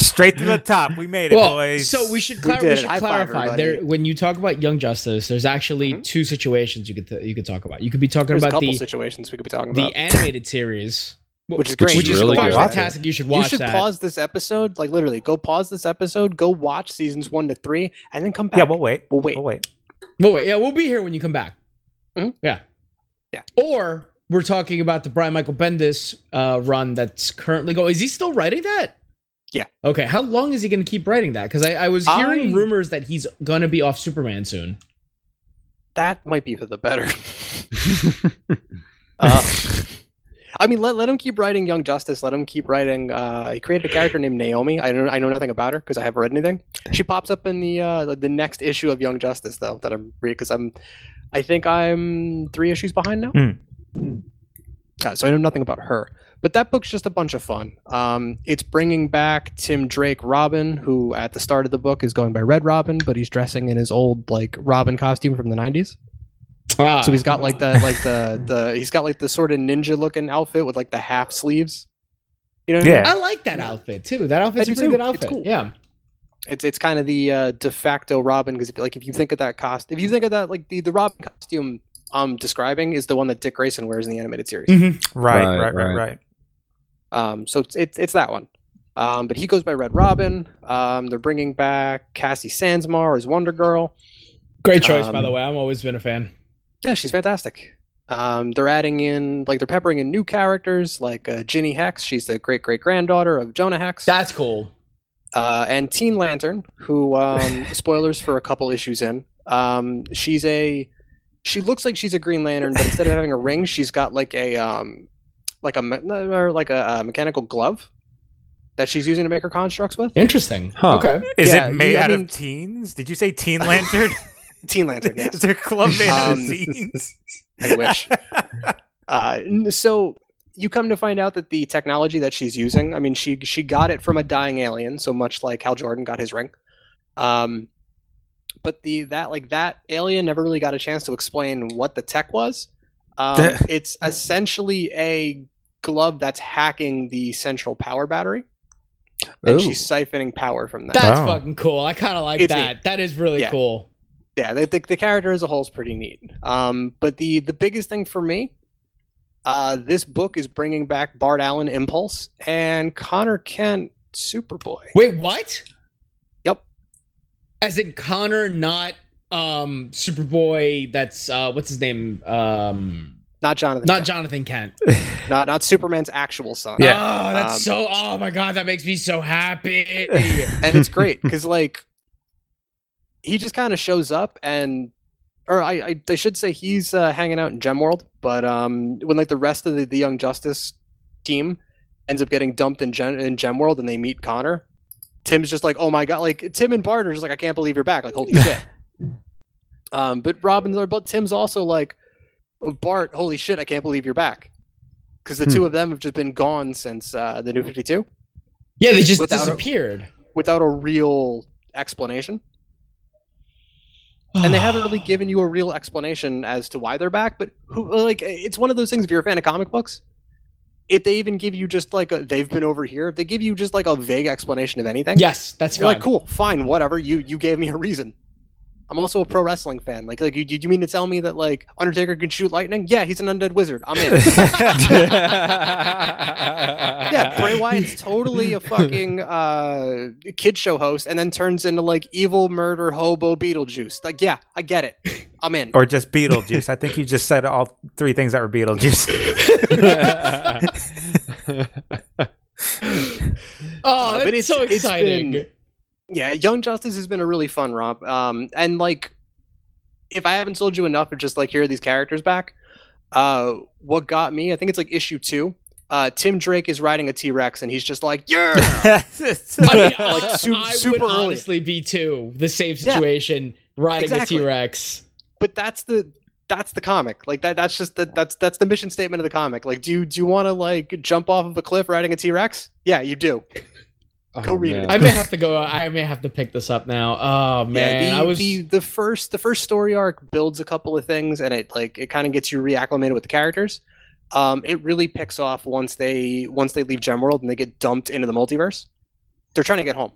C: Straight to the top. We made it,
D: Well,
C: boys.
D: so we should,
E: We
D: clar- we
E: did.
D: should
E: High
D: clarify
E: five, everybody. Mm-hmm.
D: there. When you talk about Young Justice, there's actually two situations you could th- you could talk about. You could be talking
E: there's a
D: about
E: couple
D: the
E: situations we could be talking
D: the
E: about.
D: animated series,
E: Which is great.
D: which is
A: really
D: fucking
A: good.
D: fantastic. You should
E: You
D: watch
E: should
D: that.
E: pause this episode. Like literally, go pause this episode. Go watch seasons one to three, and then come back.
C: yeah, we'll wait.
E: We'll wait.
C: We'll wait.
D: Well, wait, yeah, we'll be here when you come back.
E: Mhm.
D: Yeah.
E: Yeah.
D: Or we're talking about the Brian Michael Bendis uh, run that's currently going. Is he still writing that?
E: Yeah.
D: Okay. How long is he going to keep writing that? Because I, I was hearing
E: I-
D: rumors that he's going to be off Superman soon.
E: that might be for the better. Uh, I mean, let, let him keep writing Young Justice. Let him keep writing. Uh, he created a character named Naomi. I don't I know nothing about her because I haven't read anything. She pops up in the uh, the- the next issue of Young Justice though that I'm reading because I'm I think I'm three issues behind now.
C: Hmm.
E: Uh, so I know nothing about her. But that book's just a bunch of fun. Um, it's bringing back Tim Drake Robin, who at the start of the book is going by Red Robin, but he's dressing in his old like Robin costume from the '90s.
D: Ah,
E: So he's got like the like the the he's got like the sort of ninja looking outfit with like the half sleeves. You know, what I mean?
C: Yeah.
D: I like that outfit too. That outfit's
E: I
D: a
E: do
D: pretty
E: too.
D: good
E: It's
D: outfit.
E: cool.
D: Yeah.
E: it's it's kind of the uh, de facto Robin because like if you think of that cost, if you think of that like the the Robin costume I'm describing is the one that Dick Grayson wears in the animated series.
A: Right,
C: Right, right, right,
A: right.
C: right,
E: Um, so it's, it's it's that one. Um, but he goes by Red Robin. Um, they're bringing back Cassie Sandsmar as Wonder Girl.
D: Great choice, by
E: Um,
D: the way. I've always been a fan.
E: Yeah, she's fantastic. Um, they're adding in like they're peppering in new characters like uh, Ginny Hex. She's the great great granddaughter of Jonah Hex.
D: That's cool.
E: uh, and Teen Lantern, who um, spoilers for a couple issues in. Um, she's a she looks like she's a Green Lantern, but instead of having a ring, she's got like a um, like a me- or like a, uh mechanical glove that she's using to make her constructs with.
D: Interesting.
A: Huh.
D: Okay.
C: Is
E: Yeah,
C: it made
E: you- I
C: out
E: mean-
C: of teens? Did you say Teen Lantern?
E: Teen Lantern, yes.
C: Is there club made out
E: Um,
C: of teens?
E: I wish. Uh, n- so you come to find out that the technology that she's using, I mean, she she got it from a dying alien, so much like how Jordan got his ring. Um, but the that like that alien never really got a chance to explain what the tech was. Um,
C: The-
E: it's essentially a glove that's hacking the central power battery, and
A: Ooh.
E: she's siphoning power from that.
D: That's
C: Wow.
D: fucking cool. I kind of like
E: It's
D: that. That is really
E: Yeah.
D: cool.
E: yeah, the, the, the character as a whole is pretty neat. Um, but the the biggest thing for me, uh, this book is bringing back Bart Allen Impulse and Connor Kent Superboy.
D: Wait, what?
E: Yep.
D: As in Connor, not um Superboy. That's uh what's his name? Um
E: Not Jonathan.
D: not
E: Kent.
D: Jonathan Kent.
E: not not Superman's actual son.
C: Yeah.
D: Oh, that's
E: Um,
D: so oh my god, that makes me so happy.
E: and it's great because like he just kind of shows up and or I, I I should say he's uh, hanging out in Gem World, but um when like the rest of the, the Young Justice team ends up getting dumped in Gem in Gem World and they meet Connor, Tim's just like oh my god like Tim and Bart are just like I can't believe you're back like holy shit. um, but Robin's or but Tim's also like "Oh, Bart holy shit I can't believe you're back because the
C: Hmm.
E: two of them have just been gone since uh, the New Fifty Two
D: yeah, they just
E: Without a-
D: disappeared.
E: without a real explanation. And they haven't really given you a real explanation as to why they're back, but who like it's one of those things if you're a fan of comic books, if they even give you just like a, they've been over here, if they give you just like a vague explanation of anything.
D: Yes, that's
E: You're
D: fine.
E: like, cool, fine, whatever. You you gave me a reason. I'm also a pro wrestling fan. Like, like you, you mean to tell me that like Undertaker can shoot lightning? Yeah, he's an undead wizard. I'm in. yeah, Bray Wyatt's totally a fucking uh, kid show host, and then turns into like evil murder hobo Beetlejuice. Like, yeah, I get it. I'm in.
C: or just Beetlejuice? I think you just said all three things that were Beetlejuice.
D: Oh,
E: but
D: that's
E: it's-
D: so
E: Uh, it's
D: Oh, exciting.
E: been- yeah, Young Justice has been a really fun romp. Um, and like, if I haven't sold you enough of just like here are these characters back, uh, what got me? I think it's like issue two. Uh, Tim Drake is riding a T Rex and he's just like, yeah.
D: I, mean,
E: Yeah, like,
D: I-
E: su-
D: I
E: super
D: would
E: early.
D: honestly be too the same
E: Yeah.
D: situation riding
E: Exactly.
D: a T-Rex.
E: but that's the that's the comic. Like that that's just the, that's that's the mission statement of the comic. Like, do you do you want to like jump off of a cliff riding a T Rex? Yeah, you do.
A: Oh,
E: Go read it.
D: I may have to go. I may have to pick this up now. Oh man,
E: yeah, the,
D: I was.
E: the the first the first story arc builds a couple of things and it like it kind of gets you reacclimated with the characters. Um, it really picks off once they once they leave Gemworld and they get dumped into the multiverse. They're trying to get home.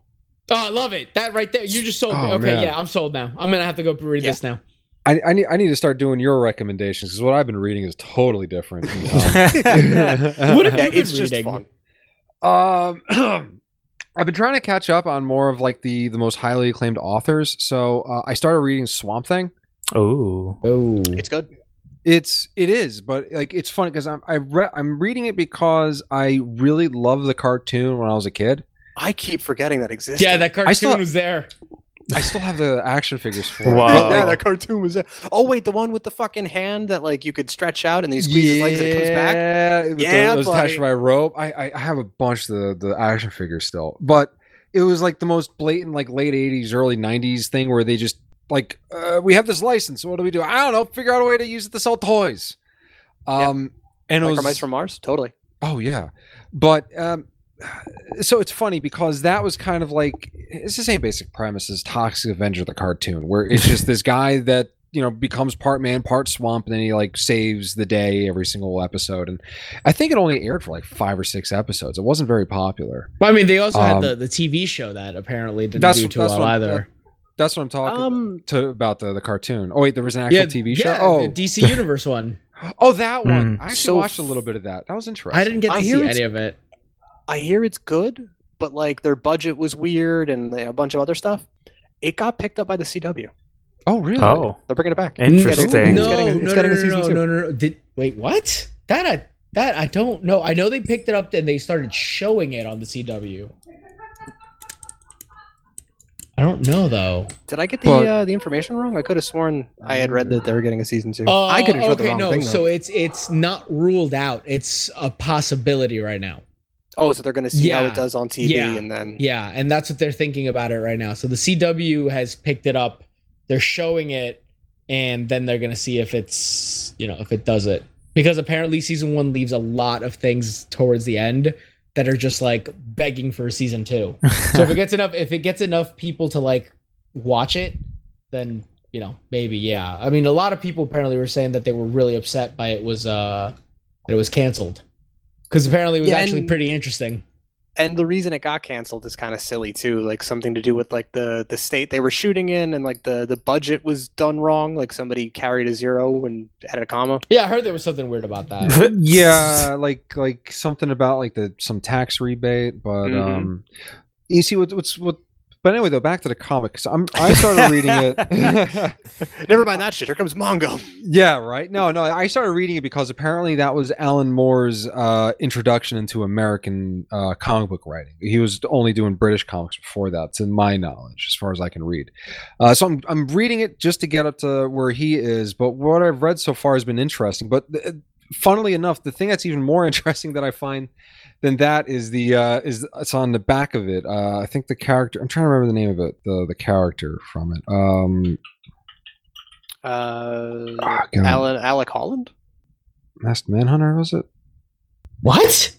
D: oh, I love it. That right there. You just sold. me.
A: Oh,
D: okay,
A: man.
D: yeah, I'm sold now. I'm gonna have to go read
E: Yeah.
D: this now.
A: I, I need I need to start doing your recommendations because what I've been reading is totally different. Um,
D: What have
E: Yeah,
D: you been
E: Uh, it's just
D: reading?
E: fun.
A: Um, I've been trying to catch up on more of like the the most highly acclaimed authors. So uh, I started reading Swamp Thing.
C: oh,
D: Oh,
E: It's good.
A: It's it is, but like it's funny because I'm I re- I'm reading it because I really loved the cartoon when I was a kid.
E: I keep forgetting that exists.
D: yeah, that cartoon
A: still-
D: was there.
A: I still have the action figures for it.
C: Wow.
E: yeah, that cartoon was. There. Oh wait, the one with the fucking hand that like you could stretch out and then you squeeze his legs and it comes back.
A: Yeah, it was,
E: Yeah,
A: it was attached
E: buddy.
A: to my rope. I, I I have a bunch of the the action figures still, but it was like the most blatant like late '80s, early '90s thing where they just like uh, we have this license. What do we do? I don't know. Figure out a way to use it to sell toys. Um, and it
E: Like
A: was
E: Are Mice from Mars? Totally.
A: Oh yeah, but um, so it's funny because that was kind of like it's the same basic premise as Toxic Avenger the cartoon, where it's just this guy that you know becomes part man, part swamp, and then he like saves the day every single episode. And I think it only aired for like five or six episodes. It wasn't very popular.
D: Well, I mean, they also
A: Um,
D: had the, the TV show that apparently didn't
A: That's
D: do
A: what-
D: too
A: that's
D: well
A: what I'm-
D: either.
A: That's what I'm talking
E: Um,
A: to about the the cartoon. Oh wait, there was an actual TV show.
D: yeah,
A: oh,
D: the DC Universe one.
A: oh that one.
C: Mm.
A: I actually
E: So
A: watched a little bit of that. That was interesting.
D: I didn't get to
E: I hear
D: see
E: it's-
D: any of it.
E: I hear it's good, but like their budget was weird and they- a bunch of other stuff. It got picked up by the CW.
A: Oh really?
C: oh,
E: They're bringing it back.
C: interesting.
D: No,
E: getting a- it's
D: no, no,
E: getting a
D: no,
E: season
D: no,
E: two.
D: no, no, no. Did, wait, what? That I that I don't know. I know they picked it up and they started showing it on the CW. I don't know though.
E: Did I get the
A: But-
E: uh, the information wrong? I could have sworn I had read that they were getting a season two.
D: Oh,
E: I could have read the
D: okay,
E: wrong
D: no.
E: thing. though.
D: so it's it's not ruled out. It's a possibility right now.
E: oh, so they're going to see how
D: Yeah.
E: it does on TV
D: Yeah.
E: and then.
D: Yeah, and that's what they're thinking about it right now. So the CW has picked it up. They're showing it, and then they're gonna see if it's you know if it does it because apparently season one leaves a lot of things towards the end that are just like begging for a season two. so if it gets enough, if it gets enough people to like watch it, then you know maybe yeah. I mean, a lot of people apparently were saying that they were really upset by it was uh that it was canceled because apparently it was
E: Yeah,
D: actually
E: and-
D: pretty interesting.
E: And the reason it got canceled is kind of silly too, like something to do with like the the state they were shooting in and like the the budget was done wrong, like somebody carried a zero and added a comma.
D: Yeah, I heard there was something weird about that.
A: yeah like like something about like the some tax rebate but
E: Mhm.
A: um you see what, what's what but anyway though back to the comics i'm i started reading it
E: Never mind that shit. Here comes Mongo.
A: yeah right no no i started reading it because apparently that was alan moore's uh introduction into american uh comic book writing he was only doing british comics before that to my knowledge as far as i can read uh, so I'm, I'm reading it just to get up to where he is, but what I've read so far has been interesting. But th- funnily enough, the thing that's even more interesting that I find than that is the uh, is it's on the back of it. Uh, I think the character I'm trying to remember the name of it, the the character from it. Um,
E: Uh,
A: oh, God,
E: Alan Uh, Alec Holland.
A: Masked Manhunter was it?
D: What?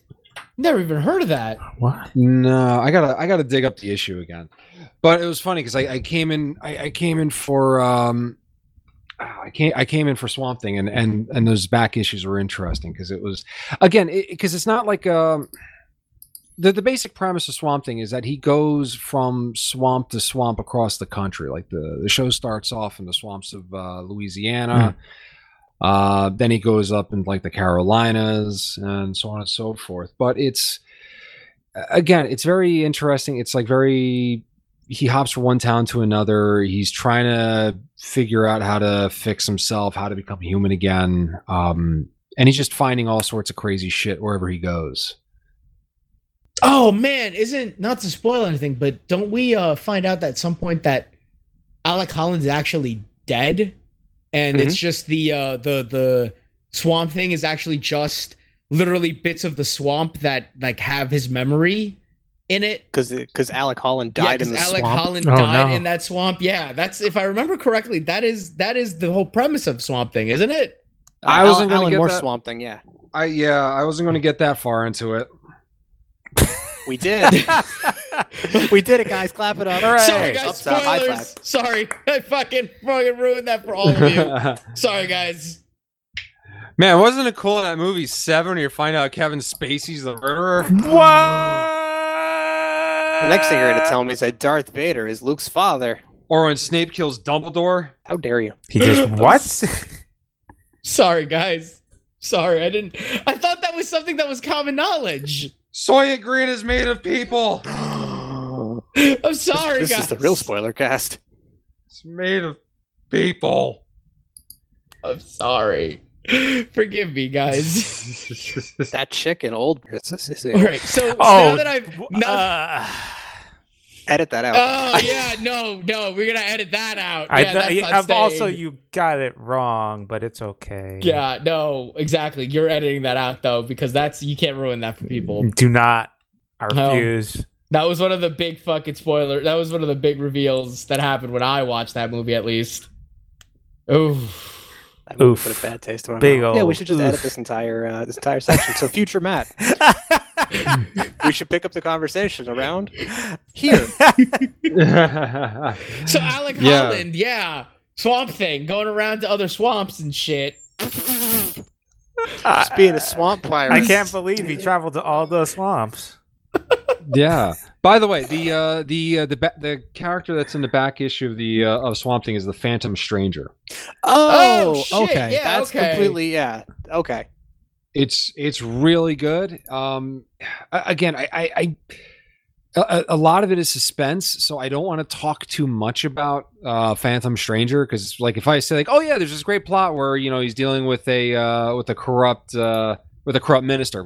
D: Never even heard of that.
C: What?
A: No, I gotta I gotta dig up the issue again. But it was funny because I, I came in I, I came in for um ah, I came I came in for Swamp Thing and and and those back issues were interesting because it was again because it's not like um the the basic premise of Swamp Thing is that he goes from swamp to swamp across the country. Like the the show starts off in the swamps of uh, Louisiana. Uh, then he goes up in like the Carolinas and so on and so forth. But it's again, it's very interesting. It's like very he hops from one town to another. He's trying to figure out how to fix himself, how to become human again. Um, and he's just finding all sorts of crazy shit wherever he goes.
D: Oh man, isn't not to spoil anything, but don't we uh find out that at some point that Alec Holland is actually dead? And
E: Mm-hmm.
D: it's just the uh the the swamp thing is actually just literally bits of the swamp that like have his memory in it.
E: because because Alec Holland died
D: yeah, 'cause
E: in the
D: Alec
E: swamp.
D: Holland
C: Oh,
D: died
C: no.
D: in that swamp. Yeah, that's if I remember correctly, that is that is the whole premise of Swamp Thing, isn't it?
E: Uh,
A: I
E: Al-
A: wasn't gonna
E: Alan
A: get
E: Moore
A: that-
E: Swamp Thing. Yeah,
A: I yeah, I wasn't going to get that far into it.
E: we did. we did it, guys. Clap it up.
D: Sorry
E: Up,
D: guys,
E: up, high
D: spoilers.
E: five.
D: Sorry, I fucking fucking ruined that for all of you. Sorry guys.
F: Man, wasn't it cool in that movie Seven where you find out Kevin Spacey's the murderer?
C: What?
E: The next thing you're gonna tell me is that Darth Vader is Luke's father.
F: Or when Snape kills Dumbledore?
E: How dare you?
C: He just what?
D: Sorry guys. Sorry, I didn't. I thought that was something that was common knowledge.
F: Soya Green is made of people.
D: I'm sorry,
E: this
D: guys.
E: is the real spoiler cast.
F: It's made of people.
D: I'm sorry. Forgive me, guys.
E: That chick and old. this is-
D: All right, so, so
C: Oh,
D: now that I've now,
C: Uh,
E: Edit that out.
D: oh yeah, no, no, we're gonna edit that out.
C: I,
D: yeah, that's not
C: have also
D: staying.
C: you got it wrong, but it's okay.
D: Yeah, no, exactly. You're editing that out though because that's you can't ruin that for people.
C: Do not. I
D: No.
C: refuse.
D: That was one of the big fucking spoiler. That was one of the big reveals that happened when I watched that movie at least. Oof.
E: That movie
C: Oof.
E: put a bad taste in my
C: Big
E: mouth. Yeah, we
C: old
E: should just
C: oof.
E: edit this entire uh, this entire section. So future Matt, we should pick up the conversation around here.
D: So Alec
A: Yeah.
D: Holland, yeah, swamp thing, going around to other swamps and shit.
E: Just being a swamp
C: I
E: pirate.
C: can't believe he traveled to all those swamps.
A: yeah. By the way, the uh, the uh, the ba- the character that's in the back issue of the uh, of Swamp Thing is the Phantom Stranger.
E: Oh,
D: Oh, shit,
E: okay.
D: yeah,
E: That's
D: okay.
E: completely yeah. Okay.
A: It's it's really good. Um, a- again, I I. I a, a a lot of it is suspense, so I don't want to talk too much about uh, Phantom Stranger because, like, if I say like, "Oh yeah, there's this great plot where you know he's dealing with a uh, with a corrupt uh, with a corrupt minister,"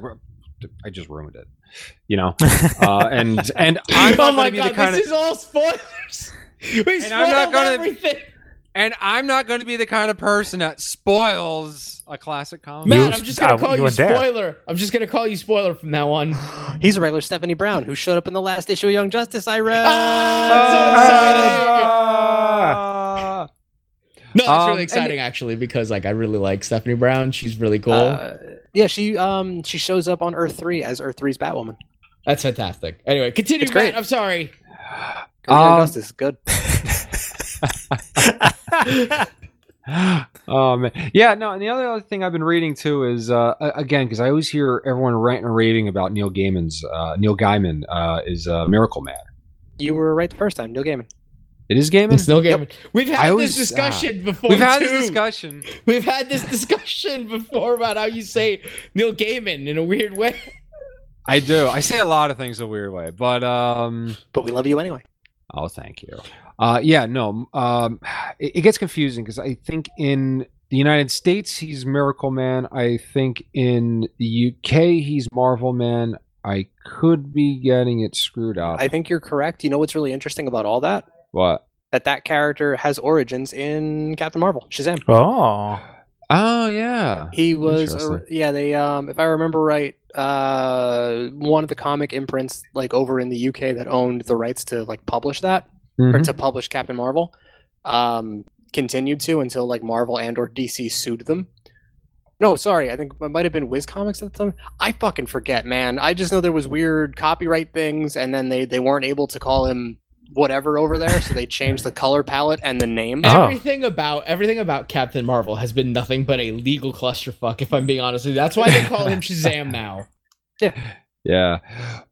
A: I just ruined it, you know. Uh, and and I'm
D: oh
A: not
D: my
A: going to be
D: god,
A: the kind
D: this
A: of
D: is all spoilers. We spoiled
F: And I'm not gonna-
D: everything.
F: And I'm not going to be the kind of person that spoils a classic comic.
C: You-
D: Matt, I'm just gonna
C: uh,
D: call
C: you
D: you,
C: went there.
D: spoiler. I'm just gonna call you spoiler from now on.
E: He's a regular Stephanie Brown who showed up in the last issue of Young Justice I read.
A: Ah.
D: Ah,
F: Ah.
D: it's so exciting. No, it's
A: Um,
D: really exciting actually because like I really like Stephanie Brown. She's really cool.
E: Uh, yeah, she um she shows up on Earth three as Earth 3's Batwoman.
D: That's fantastic. Anyway, continue,
E: it's great.
D: Matt. I'm sorry.
E: Young
A: Um,
E: Justice is good.
A: um yeah no and the other, other thing i've been reading too is uh a- again because i always hear everyone ranting and raving about neil gaiman's uh neil gaiman uh is uh miracle man
E: You were right the first time. Neil Gaiman.
A: it is gaiman
D: It's no game. We've had
A: I always-
D: this discussion before.
F: We've had
D: too.
F: this discussion.
D: We've had this discussion before about how you say Neil Gaiman in a weird way.
A: i do i say a lot of things a weird way but um
E: But we love you anyway.
A: oh thank you uh yeah no um it, it gets confusing because i think in the united states he's miracle man i think in the uk he's marvel man i could be getting it screwed up
E: I think you're correct. You know what's really interesting about all that?
A: what
E: That that character has origins in Captain Marvel, Shazam.
C: oh,
A: oh yeah
E: He was, a-
A: Interesting.
E: yeah. They, um, if I remember right, uh, one of the comic imprints, like over in the UK, that owned the rights to like publish that or
A: Mhm.
E: to publish Captain Marvel, um, continued to until like Marvel and or DC sued them. No, sorry, I think it might have been Wiz Comics at the time. I fucking forget, man. I just know there was weird copyright things, and then they they weren't able to call him whatever over there, so they changed the color palette and the name.
D: Uh,
C: Oh.
D: Everything about everything about Captain Marvel has been nothing but a legal clusterfuck. If I'm being honest with you, that's why they call him Shazam now.
A: Yeah,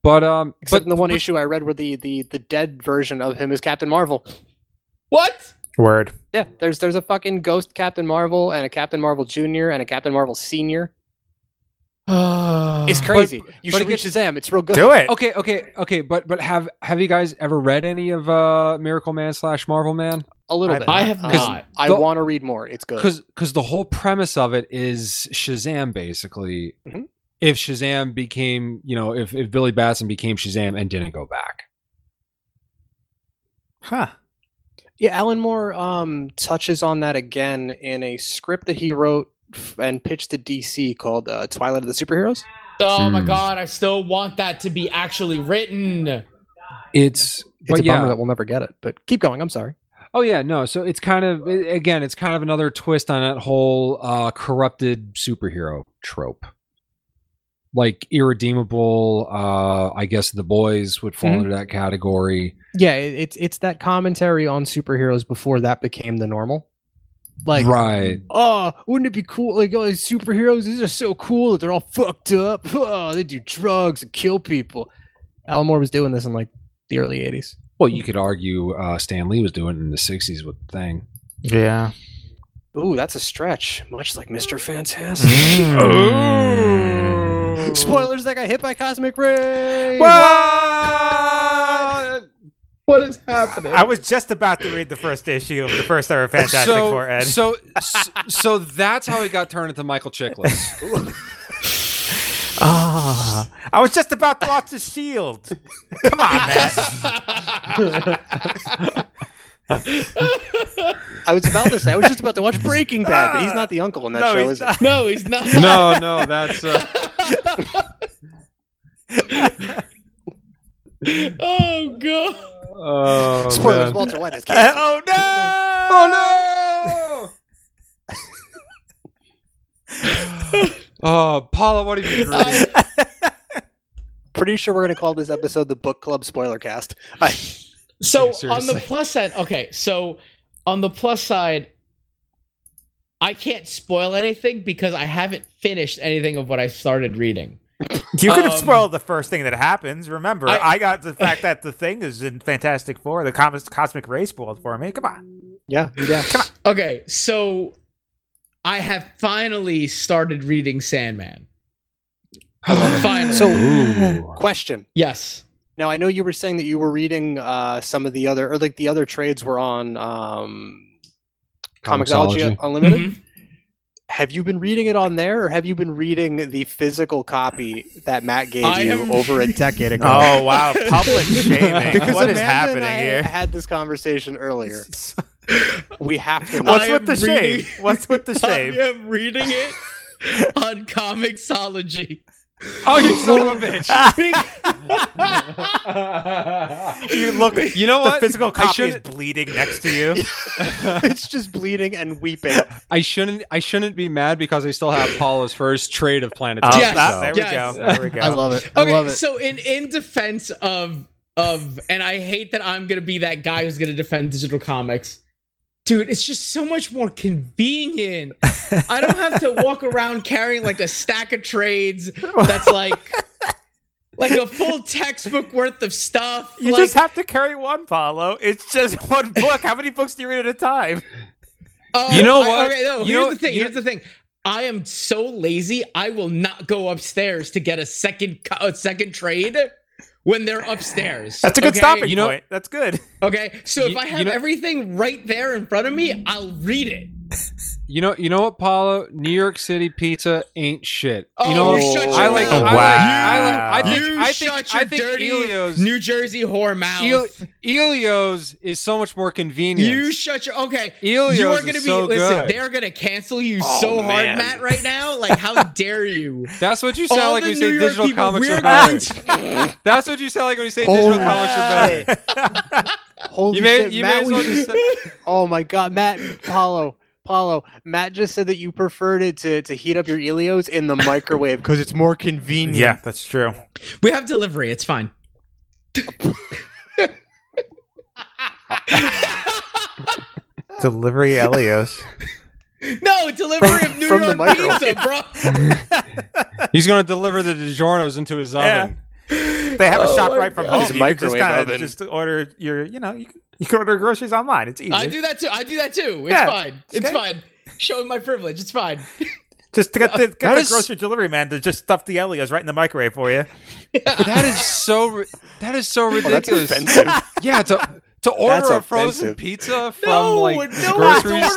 A: but um, but
E: Except in the one issue I read where the, the the dead version of him is Captain Marvel.
D: What?
C: word.
E: Yeah, there's there's a fucking ghost Captain Marvel and a Captain Marvel Junior and a Captain Marvel Senior. It's crazy. you
A: but
E: should
A: it
E: read Shazam. It's real good.
C: Do it.
A: okay, okay, okay, but but have have you guys ever read any of uh Miracle Man slash Marvel Man?
E: A little
C: I-
E: bit.
D: I have
E: Um,
D: not.
E: I
A: The-
E: want to read more. It's good.
A: Because because the whole premise of it is Shazam basically
E: Mhm.
A: if Shazam became, you know, if, if Billy Batson became Shazam and didn't go back.
C: Huh.
E: Yeah, Alan Moore um, touches on that again in a script that he wrote f- and pitched to DC called uh, Twilight of the Superheroes.
D: Oh my
A: Hmm.
D: god, I still want that to be actually written.
A: It's,
E: It's
A: but
E: a
A: yeah,
E: bummer that we'll never get it, but keep going. I'm sorry.
A: Oh yeah, no. So it's kind of i- again, it's kind of another twist on that whole uh corrupted superhero trope. Like irredeemable, uh I guess the boys would fall
E: Mhm.
A: under that category.
E: Yeah, it, it's it's that commentary on superheroes before that became the normal. Like,
A: right.
E: oh, wouldn't it be cool? Like, oh, these superheroes, these are so cool that they're all fucked up. Oh, they do drugs and kill people. Alan Moore was doing this in like the early '80s.
A: Well, you could argue uh Stan Lee was doing it in the sixties with the thing.
C: Yeah.
E: Ooh, that's a stretch. Much like Mister Fantastic.
C: oh.
E: Spoilers that got hit by cosmic rays.
D: What is happening?
C: I was just about to read the first issue of the first ever Fantastic
A: so,
C: Four, Ed.
F: So
A: S- so that's how he got turned into Michael Chiklis.
C: Ah, I was just about to watch the Shield. Come on, man.
E: I was about to say. I was just about to watch Breaking Bad, but he's not the uncle in that
C: No,
E: show,
C: he's
E: is he?
C: not.
D: no, he's not.
F: no, no, that's uh,
D: oh god.
F: oh,
E: Spoilers.
F: man.
E: Walter White is
C: Uh, oh no!
F: Oh no! oh, Paula, what have you
D: I-
F: drinking?
E: Pretty sure we're gonna call this episode the Book Club Spoiler Cast.
F: Yeah,
D: So on the
F: seriously.
D: plus side, okay. So on the plus side, I can't spoil anything because I haven't finished anything of what I started reading.
C: You could have
D: Um,
C: spoiled the first thing that happens. Remember, I,
D: I-
C: got the fact that the thing is in Fantastic Four. The cos- cosmic ray spoiled for me. Come on.
E: Yeah, yeah.
D: Okay, so I have finally started reading Sandman. Finally.
E: So-
A: Ooh.
E: Question.
D: yes.
E: Now I know you were saying that you were reading uh, some of the other, or like the other trades were on um, Comixology
A: Comixology.
E: Unlimited.
D: Mm-hmm.
E: Have you been reading it on there, or have you been reading the physical copy that Matt gave
D: I
E: you
D: am-
E: over a decade ago?
C: Oh wow! Public shaming.
E: Because
C: what is
E: Amanda
C: happening
E: and I
C: here?
E: Had this conversation earlier. We have to. know.
C: What's
D: I
C: with the
D: am reading-
C: shame? What's with the
D: I
C: shame?
D: am reading it on Comixology.
F: Oh, you son of a bitch!
C: you look.
F: You know
C: The
F: what?
C: physical copy is
F: shouldn't-
C: bleeding next to you.
E: it's just bleeding and weeping.
F: I shouldn't. I shouldn't be mad because I still have Paula's first trade of Planet.
C: Oh,
F: Terror,
D: Yes.
C: that- there
F: so-
D: yes.
C: we go. There we go.
E: I love it. I
D: Okay,
E: love it.
D: so in in defense of of and I hate that I'm gonna be that guy who's gonna defend digital comics. Dude, it's just so much more convenient. I don't have to walk around carrying like a stack of trades that's like like a full textbook worth of stuff.
C: You
D: like,
C: just have to carry one, Paolo. It's just one book. How many books do you read at a time?
D: Oh,
F: You know
D: I-
F: what?
D: okay, no,
F: You
D: here's
F: know-
D: the thing.
F: you know-
D: Here's the thing. I am so lazy. I will not go upstairs to get a second co- a second trade when they're upstairs.
C: That's a good
D: okay?
C: stopping
F: You know-
C: point. That's good.
D: Okay, so if
F: You-
D: I
F: you
D: have
F: know-
D: everything right there in front of me, I'll read it.
F: You know. You know what, Paula? New York City pizza ain't shit.
D: Oh,
F: you know.
D: you shut your
F: I like.
D: mouth.
F: I like. I
C: Wow.
F: like. I think.
D: you
F: I
D: shut
F: think.
D: your
F: I think
D: dirty
F: Elio's.
D: New Jersey whore mouth.
F: El- Elio's is so much more convenient.
D: You shut your okay.
F: Elio's
D: you are
F: is
D: gonna be
F: so
D: listen.
F: good.
D: They're gonna cancel you
E: Oh,
D: so
E: man.
D: hard, Matt. Right now, like how dare you?
F: That's what you sound
D: All
F: like
D: the
F: when you say
D: New York
F: digital
D: people,
F: comics
D: we're
F: are better.
D: not-
F: That's what you sound like when you say
E: Oh
F: digital
E: my-
F: comics are better.
E: Holy
F: You may,
E: shit,
F: you may
E: Matt
F: as well
E: was
F: just
E: just-
F: say,
E: oh my god, Matt, Paulo, Paulo, Matt just said that you preferred it to, to heat up your Elios in the microwave because it's more convenient.
C: Yeah, that's true.
D: We have delivery. It's fine.
C: Delivery Elios.
D: no delivery of New
E: From the
D: York pizza, bro.
F: he's going to deliver the DiGiorno's into his
C: Yeah.
F: oven.
C: They have a
D: Oh
C: shop
D: my
C: right from
D: God.
C: home.
E: It's a
C: You can just
E: microwave
C: kinda
E: oven.
C: Just order your, you know, you can, you can order groceries online. It's easy.
D: I do that too. I do that too. It's
C: Yeah.
D: fine. It's
C: Okay.
D: fine. Showing my privilege. It's fine.
C: Just to get the, get
F: That
C: the
F: is-
C: grocery delivery man to just stuff the Elios right in the microwave for you.
F: That is so ri- that is so
E: Oh, that's
F: ridiculous.
E: offensive.
F: yeah, to to order
E: That's
F: a frozen
E: offensive.
F: pizza from
D: No,
F: like
D: no
F: grocery
D: one's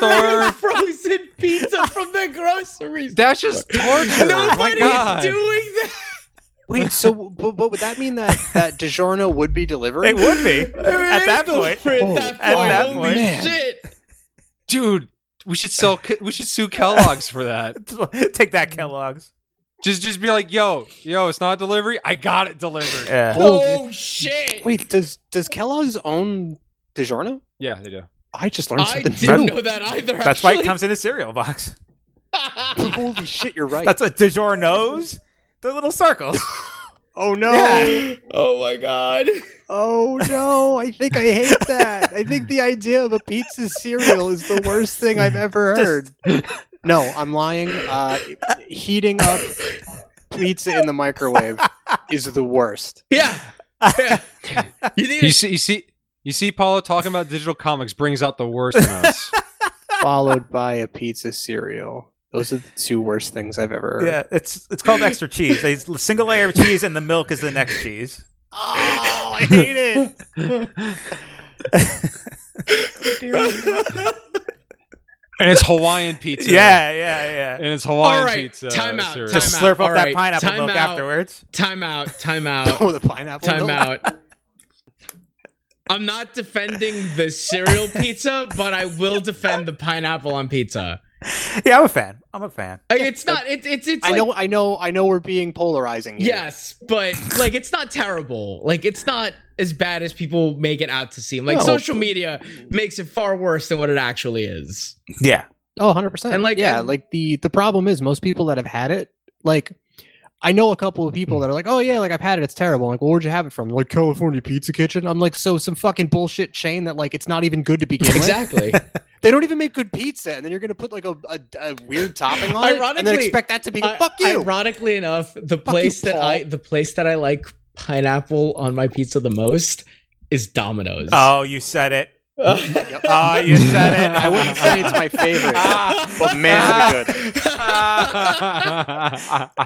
F: store.
D: ordering frozen pizza from the grocery store.
F: That's just
A: oh
F: torture. My
D: Nobody's
F: God.
D: doing that.
E: Wait, so but, but would that mean that that DiGiorno would be
C: It
E: delivering?
C: would be at that
D: Rachel's
C: point.
D: friend,
E: Oh,
D: that
C: at
D: point,
C: that
D: holy
C: point.
E: Man.
D: shit.
F: dude. We should sell. Ke- We should sue Kellogg's for that.
C: Take that, Kellogg's.
F: Just, just be like, yo, yo, it's not delivery. I got it delivered.
C: Yeah.
E: Oh,
D: Oh shit!
E: Wait, does does Kellogg's own DiGiorno?
F: Yeah, they do.
E: I just learned
D: I
E: something
D: didn't
E: new.
D: know that either.
C: That's why it
D: actually.
C: comes in a cereal box.
E: Holy shit, you're right.
C: That's what DuJour knows. The little circles.
E: oh no.
D: oh my god.
E: Oh no, I think I hate that. I think the idea of a pizza cereal is the worst thing I've ever heard. No, I'm lying. Uh, heating up pizza in the microwave is the worst.
D: Yeah. Yeah. you need
F: You see, you see, you see, Paulo talking about digital comics brings out the worst in us.
E: Followed by a pizza cereal. Those are the two worst things I've ever heard.
C: Yeah, it's it's called extra cheese. They single layer of cheese and the milk is the next cheese.
E: Oh, I hate it.
F: and it's Hawaiian pizza.
C: Yeah, yeah, yeah.
F: and it's Hawaiian
D: All right,
F: pizza.
D: time out,
F: sir.
D: time
C: Just slurp up
D: All
C: that
D: right,
C: pineapple
D: time
C: milk
D: out.
C: afterwards.
D: time out. Time out.
E: Oh, the pineapple.
D: Time
E: milk.
D: out. I'm not defending the cereal pizza, but I will defend the pineapple on pizza.
C: Yeah, I'm a fan. I'm a fan.
D: Like, it's not. It's it's it's.
E: I
D: like-
E: know, I know, I know. We're being polarizing. here.
D: Yes, but like it's not terrible. Like it's not as bad as people make it out to seem. Like
E: No.
D: social media makes it far worse than what it actually is.
C: Yeah.
E: Oh, 100 percent.
D: And,
E: And
D: like,
E: like, yeah,
D: and-
E: like the the problem is most people that have had it, like, I know a couple of people that are like, oh yeah, like I've had it, it's terrible. I'm like, well, where'd you have it from? Like California Pizza Kitchen. I'm like, so some fucking bullshit chain that like it's not even good to begin with.
D: Exactly.
E: They don't even make good pizza, and then you're gonna put like a, a, a weird topping on it, and then
D: Ironically,
E: expect that to be good.
D: I-
E: fuck you.
D: Ironically enough, the
E: you,
D: place that
E: Paul.
D: I the place that I like pineapple on my pizza the most is Domino's.
C: Oh, you said it.
E: Yep.
C: Oh, you said it.
E: I wouldn't say it's my favorite, but man, is it good.
D: but,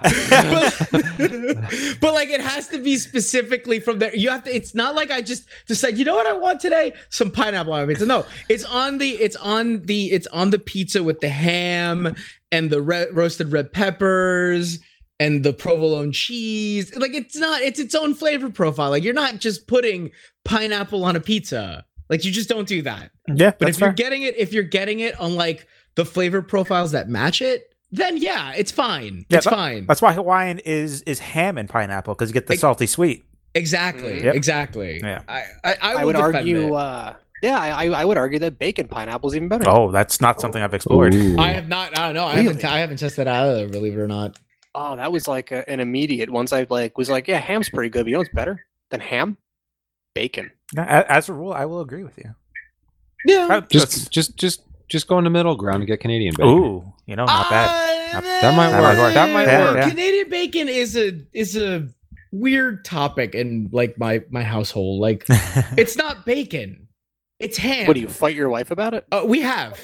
D: but, like it has to be specifically from there. You have to. It's not like I just decide. You know what I want today? Some pineapple on my pizza. No, it's on the. It's on the. It's on the pizza with the ham and the re- roasted red peppers and the provolone cheese. Like it's not. It's its own flavor profile. Like you're not just putting pineapple on a pizza. Like you just don't do that.
C: Yeah,
D: But if you're getting it, if you're getting it on like the flavor profiles that match it, then yeah, it's fine.
C: Yeah,
D: it's
C: that-
D: fine.
C: That's why Hawaiian is is ham and pineapple because you get the
D: Ex-
C: salty sweet.
D: Exactly.
C: Yep.
D: Exactly.
C: Yeah.
D: I, I, I,
E: I
D: will
E: would
D: defend
E: argue.
D: it.
E: uh Yeah, I, I would argue that bacon pineapple is even better.
C: Oh, that's not something I've explored.
A: Ooh.
D: I have not. I don't know. I haven't.
E: Really?
D: I haven't tested that out. either, Believe it or not.
E: Oh, that was like a, an immediate. Once I like was like, yeah, ham's pretty good. But you know what's better than ham? Bacon.
C: No, a- As a rule, I will agree with you.
E: Yeah.
C: That-
A: Just, just, just, just go in the middle ground and get Canadian
C: that's-
A: bacon.
C: ooh, you know, not bad.
D: Uh,
A: That might
C: That might work.
A: That might
C: Yeah, work. yeah.
D: Canadian bacon is a is a weird topic in like my my household. Like it's not bacon. It's ham.
E: What do you fight your wife about it?
D: Uh, we have.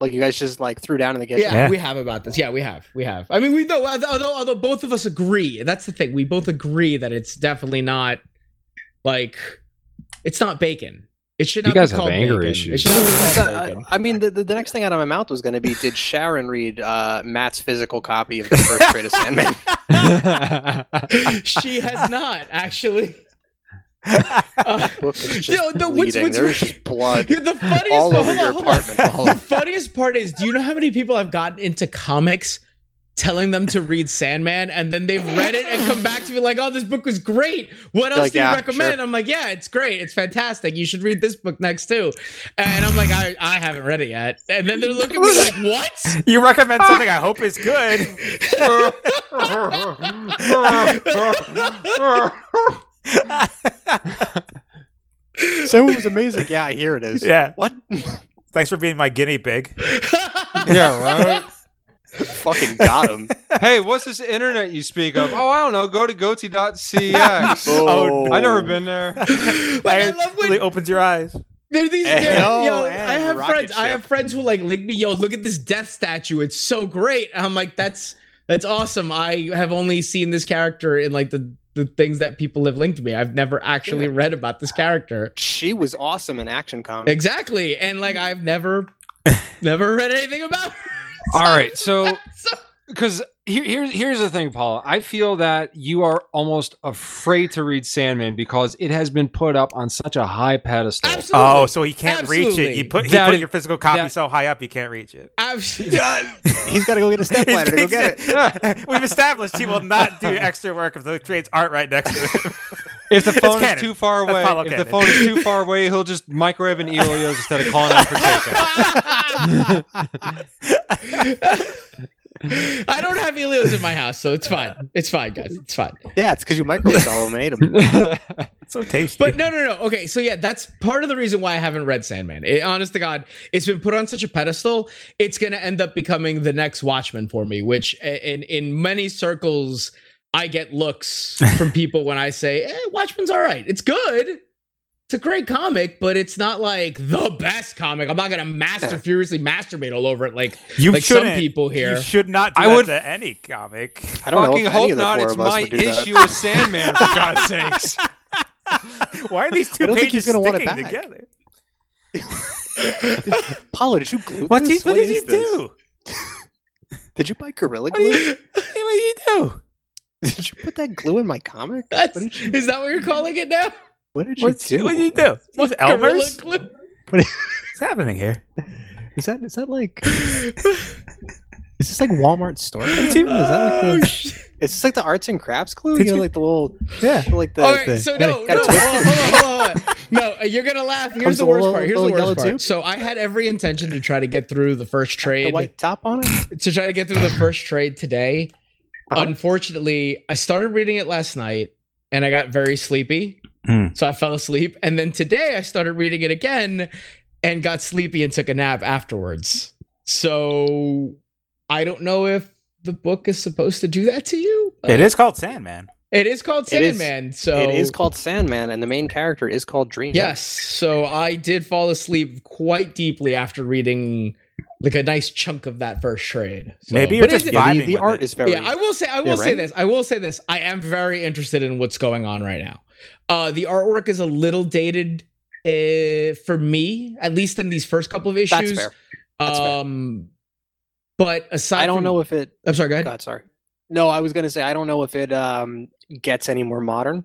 E: Like you guys just like threw down in the
D: Yeah,
E: kitchen?
C: Yeah.
D: we have about this. Yeah, we have. We have. I mean, we know. Although, although both of us agree, that's the thing. We both agree that it's definitely not like it's not bacon. It should
A: You
D: not be
A: guys have
D: called
A: anger
D: bacon. It
A: issues.
D: should not be
E: So,
D: called
E: I,
D: bacon.
E: I mean, the, the, the next thing out of my mouth was going to be, did Sharon read uh, Matt's physical copy of the first Greatest Sandman?
D: she has not actually. Uh,
E: Book was just
D: No, no, what's-
E: bleeding.
D: what's-
E: There was just blood
D: the funniest
E: all
D: hold
E: over
D: on,
E: your
D: hold on.
E: apartment. All
D: The funniest part is, do you know how many people have gotten into comics telling them to read Sandman and then they've read it and come back to me like, oh, this book was great. What else
E: like,
D: do you
E: "Yeah,
D: recommend? I'm like, yeah, it's great. It's fantastic. You should read this book next too. And I'm like, I, I haven't read it yet. And then they're looking at me like, what?
C: you recommend something I hope is good.
E: Someone was amazing. Yeah, here it is.
C: Yeah.
E: What?
C: Thanks for being my guinea pig.
F: yeah, right.
E: Fucking got him.
F: Hey, what's this internet you speak of? Oh, I don't know. Go to goatee.cx.
E: Oh,
F: I never been there.
D: But I love when
C: really opens your eyes.
D: There are these.
E: Hey,
D: there-
E: oh,
D: yo,
E: and
D: I have
E: rocket
D: friends. I
E: ship.
D: have friends who like link me. Yo, look at this death statue. It's so great. And I'm like, that's that's awesome. I have only seen this character in like the the things that people have linked me. I've never actually read about this character.
E: She was awesome in Action Comics.
D: Exactly. And like I've never never read anything about her.
A: All right, so
D: So-
A: because here, here's here's the thing, Paul. I feel that you are almost afraid to read Sandman because it has been put up on such a high pedestal.
D: absolutely.
C: Oh, so he can't reach it.
D: Absolutely.
C: You put, he
A: That
C: put
A: is-
C: your physical copy
A: that-
C: so high up you can't reach it.
E: Oh.
D: Absolutely.
B: He's got to go get a step ladder to go get it.
C: it. We've established he will not do extra work if the trades aren't right next to him.
F: If the
C: It's
F: phone is
C: canon.
F: too far
C: That's
F: away,
C: Paulo
F: if the
C: Cannon.
F: phone is too far away, he'll just microwave an Elio's instead of calling out for takeout.
D: I don't have Elios in my house, so it's fine. It's fine, guys. It's fine.
E: Yeah, it's because you microwaved all of them and ate 'em.
C: so tasty.
D: But no, no, no. Okay, so yeah, that's part of the reason why I haven't read Sandman. It, honest to God, it's been put on such a pedestal. It's gonna end up becoming the next Watchmen for me, which i- in in many circles I get looks from people when I say eh, Watchmen's all right. It's good. It's a great comic, but it's not like the best comic. I'm not gonna master furiously masturbate all over it like
C: you
D: like some
C: shouldn't.
D: people
C: You
D: here.
C: should not do
F: I
C: that
F: would-
C: to any comic.
E: I don't know
F: Fucking
E: if
F: hope
E: any of the
F: not.
E: four
F: It's
E: of us
F: my
E: would do that.
F: issue with Sandman, for God's sakes.
C: Why are these two
B: I don't think he's gonna
C: pages
B: want it
C: sticking
B: back.
C: together?
E: Paula, did you glue
C: What,
E: this?
C: did- what did
E: is
C: you
E: this?
C: do?
E: Did you buy Gorilla
C: What did
E: Glue?
C: you, what did you do?
E: did you put that glue in my comic?
D: That's,
E: What did you,
D: is that what you're calling it now?
E: what did you
C: What
E: do?
C: what did you do? Was it
D: Gorilla
C: Elmer's?
D: glue?
C: What's happening here?
B: Is that is that like is this like Walmart store? container? Is that
D: Oh,
B: like the,
D: shit.
E: It's just like the arts and crafts glue,
B: Did
E: you know,
B: you-
E: like the little,
B: yeah.
E: like the.
D: All right,
E: the-
D: so
B: gotta-
D: no,
E: gotta
D: no, hold on, hold on, hold on. no, uh, you're gonna laugh. Here's
B: Comes
D: the
B: a
D: worst
B: little-
D: part. Here's the
B: little yellow
D: worst part.
B: tube?
D: So I had every intention to try to get through the first
E: the
D: trade,
E: white top on it.
D: to try to get through the first trade today.
E: Uh-huh.
D: Unfortunately, I started reading it last night and I got very sleepy,
C: Hmm.
D: so I fell asleep. And then today I started reading it again and got sleepy and took a nap afterwards. So I don't know if the book is supposed to do that to you. but
C: It is ccalled Sandman.
D: It is called
E: It is-
D: Sandman. so
E: It is called Sandman, and the main character is called Dream.
D: Yes. So I did fall asleep quite deeply after reading like a nice chunk of that first trade. So-
C: Maybe you're
D: but
C: just
D: is it-
C: vibing
E: Yeah, the, the
C: with
E: art
C: it.
E: is very.
D: yeah, I will say I will
E: Yeah,
D: say
E: right?
D: this. I will say this. I am very interested in what's going on right now. Uh the artwork is a little dated uh, for me, at least in these first couple of issues.
E: that's fair. That's fair.
D: um but aside
E: I don't
D: from-
E: know if it.
D: I'm sorry, go ahead.
E: God, sorry. No, I was gonna say I don't know if it um gets any more modern.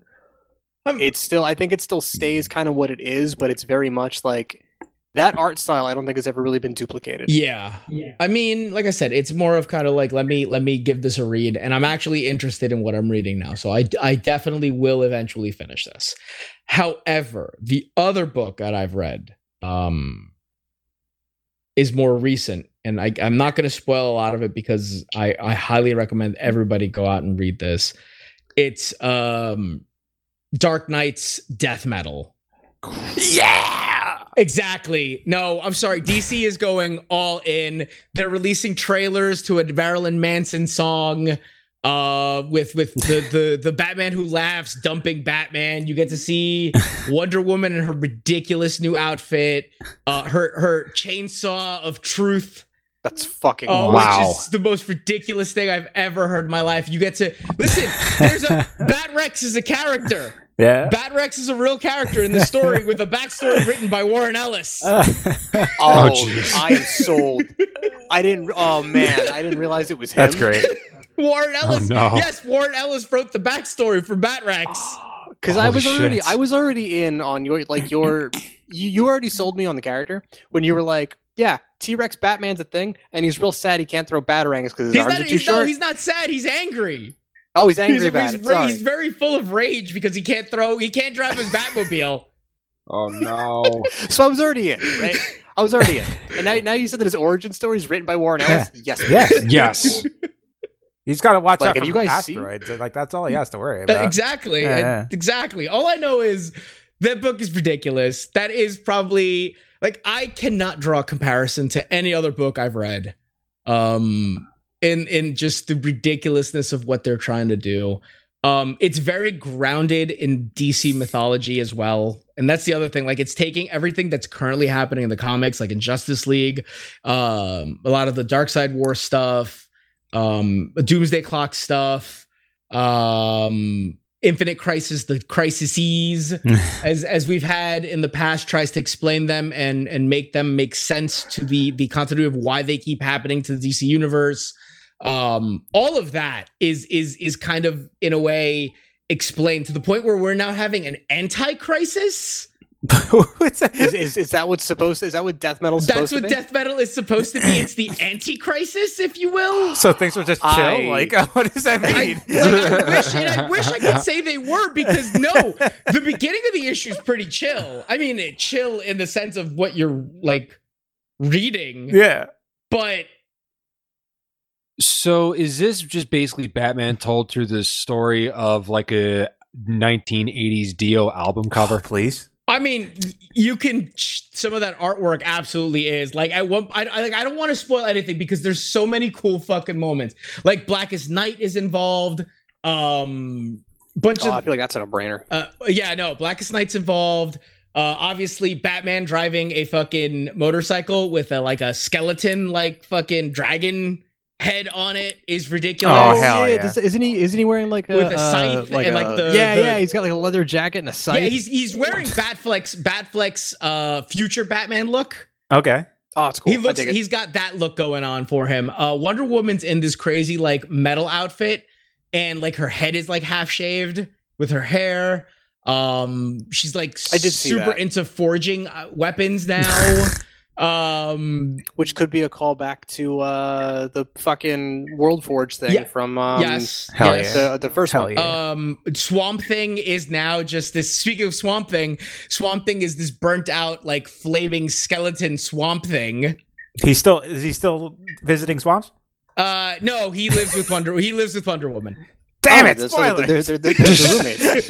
D: Um,
E: It's still, I think it still stays kind of what it is, but it's very much like that art style. I don't think has ever really been duplicated.
D: Yeah. I mean, like I said, it's more of kind of like let me let me give this a read and I'm actually interested in what I'm reading now. So I I definitely will eventually finish this. However, the other book that I've read um is more recent and I I'm not going to spoil a lot of it because I I highly recommend everybody go out and read this. It's um Dark Knight's Death Metal.
C: Yeah.
D: Exactly. No, I'm sorry. DC is going all in. They're releasing trailers to a Marilyn Manson song uh with with the the the Batman who laughs dumping Batman. You get to see Wonder Woman in her ridiculous new outfit, uh her her chainsaw of truth.
E: That's fucking.
D: Oh,
A: Wow.
D: which is the most ridiculous thing I've ever heard in my life. You get to listen, there's a Bat Rex is a character.
C: Yeah.
D: Bat Rex is a real character in the story with a backstory written by Warren Ellis.
E: Oh,
A: jeez.
E: I am sold. I didn't. Oh man, I didn't realize it was him.
C: That's great.
D: Warren Ellis.
A: no.
D: Yes, Warren Ellis wrote the backstory for Batrax.
E: Because I
A: Holy
E: was already,
A: shit.
E: I was already in on your like your, you, you already sold me on the character when you were like, yeah, T Rex Batman's a thing, and he's real sad he can't throw batarangs because his
D: he's
E: arms
D: not.
E: are too
D: He's, no,
E: short.
D: he's not sad. He's angry.
E: oh, he's angry
D: He's,
E: about
D: he's,
E: it.
D: ra-
E: Sorry.
D: he's very full of rage because he can't throw. He can't drive his Batmobile.
A: oh no!
E: So I was already in, right? I was already in, and now, now you said that his origin story is written by Warren Ellis. Yes,
C: Yes.
A: Yes,
C: He's got to watch
E: Like,
C: out
E: have
C: for
E: you guys seen-
C: asteroids. Like that's all he has to worry
D: Uh,
C: about.
D: exactly.
C: Yeah,
D: and-
C: yeah.
D: Exactly. All I know is that book is ridiculous. That is probably like I cannot draw a comparison to any other book I've read. Um in in just the ridiculousness of what they're trying to do. Um it's very grounded in DC mythology as well. And that's the other thing. Like it's taking everything that's currently happening in the comics, like in Justice League, um, a lot of the Dark Side War stuff, um, Doomsday Clock stuff, um infinite crisis, the crises, as as we've had in the past, tries to explain them and and make them make sense to the the continuity of why they keep happening to the DC universe. Um, all of that is is is kind of in a way explained to the point where we're now having an anti-crisis.
C: What's that?
E: Is, is, is that what's supposed? Is that what death metal's
D: That's
E: supposed to
D: what
E: be?
D: death metal is supposed to be. It's the anti-crisis, if you will.
C: so things were just chill.
E: I-
C: Like, what does that
D: I,
C: mean?
D: like, I wish, and I wish I could say they were because no, the beginning of the issue is pretty chill. I mean, it chill in the sense of what you're like reading,
C: yeah.
D: but
A: So is this just basically Batman told through the story of like a 1980s Dio album cover?
C: Please.
D: I mean, you can some of that artwork absolutely is like I want. I, I like I don't want to spoil anything because there's so many cool fucking moments. Like Blackest Night is involved. Um, bunch
E: Oh,
D: of
E: I feel like that's a no-brainer.
D: Uh, yeah, no, Blackest Night's involved. Uh, obviously, Batman driving a fucking motorcycle with a like a skeleton, like fucking dragon head on it is ridiculous.
C: Oh, hell yeah.
B: this- Isn't he? Isn't he wearing like a
D: With a
B: uh,
D: scythe
B: like
D: and,
B: a-
D: like, the-
B: yeah,
D: the-
B: yeah. He's got like a leather jacket and a
D: yeah,
B: scythe.
D: he's he's wearing Batflex Batflex uh future Batman look.
C: Okay.
E: Oh, it's cool.
D: He looks
E: I dig it.
D: he's got that look going on for him. Uh Wonder Woman's in this crazy like metal outfit and like her head is like half shaved with her hair. Um she's like
E: I did see
D: super
E: that.
D: into forging uh, weapons now. um
E: Which could be a callback to uh, the fucking World Forge thing
D: Yeah.
E: from um,
D: yes.
C: hell
D: yes.
E: the, the first
C: Hell
E: one. Uh,
C: yeah.
D: Um, Swamp Thing is now just this. Speaking of Swamp Thing, Swamp Thing is this burnt out, like flaming skeleton Swamp Thing.
C: He's still is he still visiting swamps?
D: Uh, no, he lives with Wonder. he lives with Wonder Woman.
C: Damn
E: Oh,
C: it!
E: they're- so
C: Spoiler.
E: They're, they're, they're, they're roommates.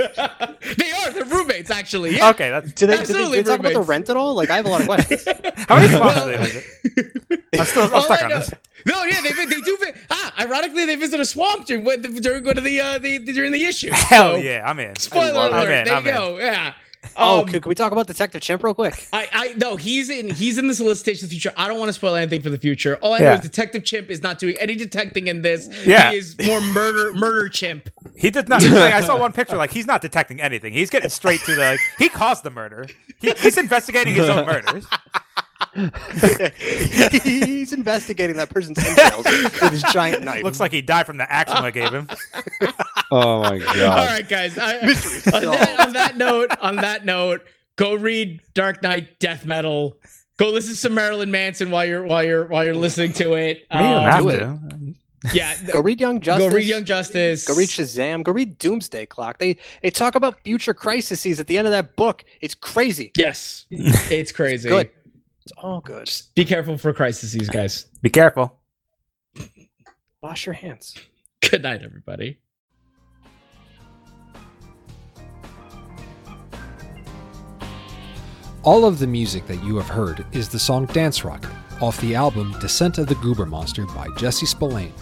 D: they are. They're roommates, actually. Yeah.
C: Okay, that's
E: Do they, do they, do
D: Absolutely
E: they talk about the
D: roommates.
E: rent at all? Like, I have a lot of questions.
C: how many
D: Well-
C: swamps do they visit? I'm still
E: Oh
C: I'm
D: All
C: stuck
D: I
C: on
D: know-
C: this.
D: No, yeah, they they do. vi- Ah, ironically, they visit a swamp during when- during one of the uh the during the issue.
C: Hell
D: So,
C: yeah, I'm in.
D: Spoiler
E: love
D: alert!
E: it.
C: I'm in,
D: there
C: I'm
D: you
C: in.
D: go. Yeah.
E: oh,
D: Um,
E: could, could we talk about Detective Chimp real quick?
D: I, I no, he's in he's in the solicitation of the future. I don't want to spoil anything for the future. All I know
C: Yeah.
D: is Detective Chimp is not doing any detecting in this.
C: Yeah.
D: He is more murder murder chimp.
C: He did not. Like, I saw one picture. Like he's not detecting anything. He's getting straight to the. Like, he caused the murder. He, he's investigating his own murders.
E: he's investigating that person's entrails with his giant knife.
C: Looks like he died from the axe I gave him.
A: Oh my
D: All
A: god.
D: right, guys. I, on, that, on that note, on that note, go read Dark Knight Death Metal. Go listen to some Marilyn Manson while you're while you're while you're listening to it.
E: Oh,
D: Um, yeah.
E: go read Young Justice.
D: Go read Young Justice.
E: Go read Shazam. Go read Doomsday Clock. They they talk about future crises at the end of that book. It's crazy.
D: Yes. It's crazy.
E: Good. It's all good.
D: Just be careful for crises, guys.
C: Be careful.
E: Wash your hands.
D: Good night, everybody.
A: All of the music that you have heard is the song Dance Rocket off the album Descent of the Goober Monster by Jesse Spillane.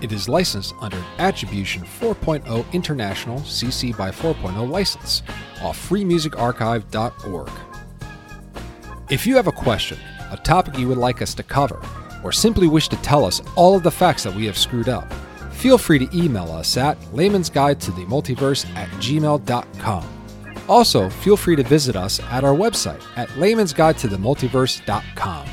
A: It is licensed under Attribution 4.0 International CC by 4.0 license off freemusicarchive.org. If you have a question, a topic you would like us to cover, or simply wish to tell us all of the facts that we have screwed up, feel free to email us at layman's guide to the multiverse at gmail.com. Also, feel free to visit us at our website at layman's guide to the multiverse.com.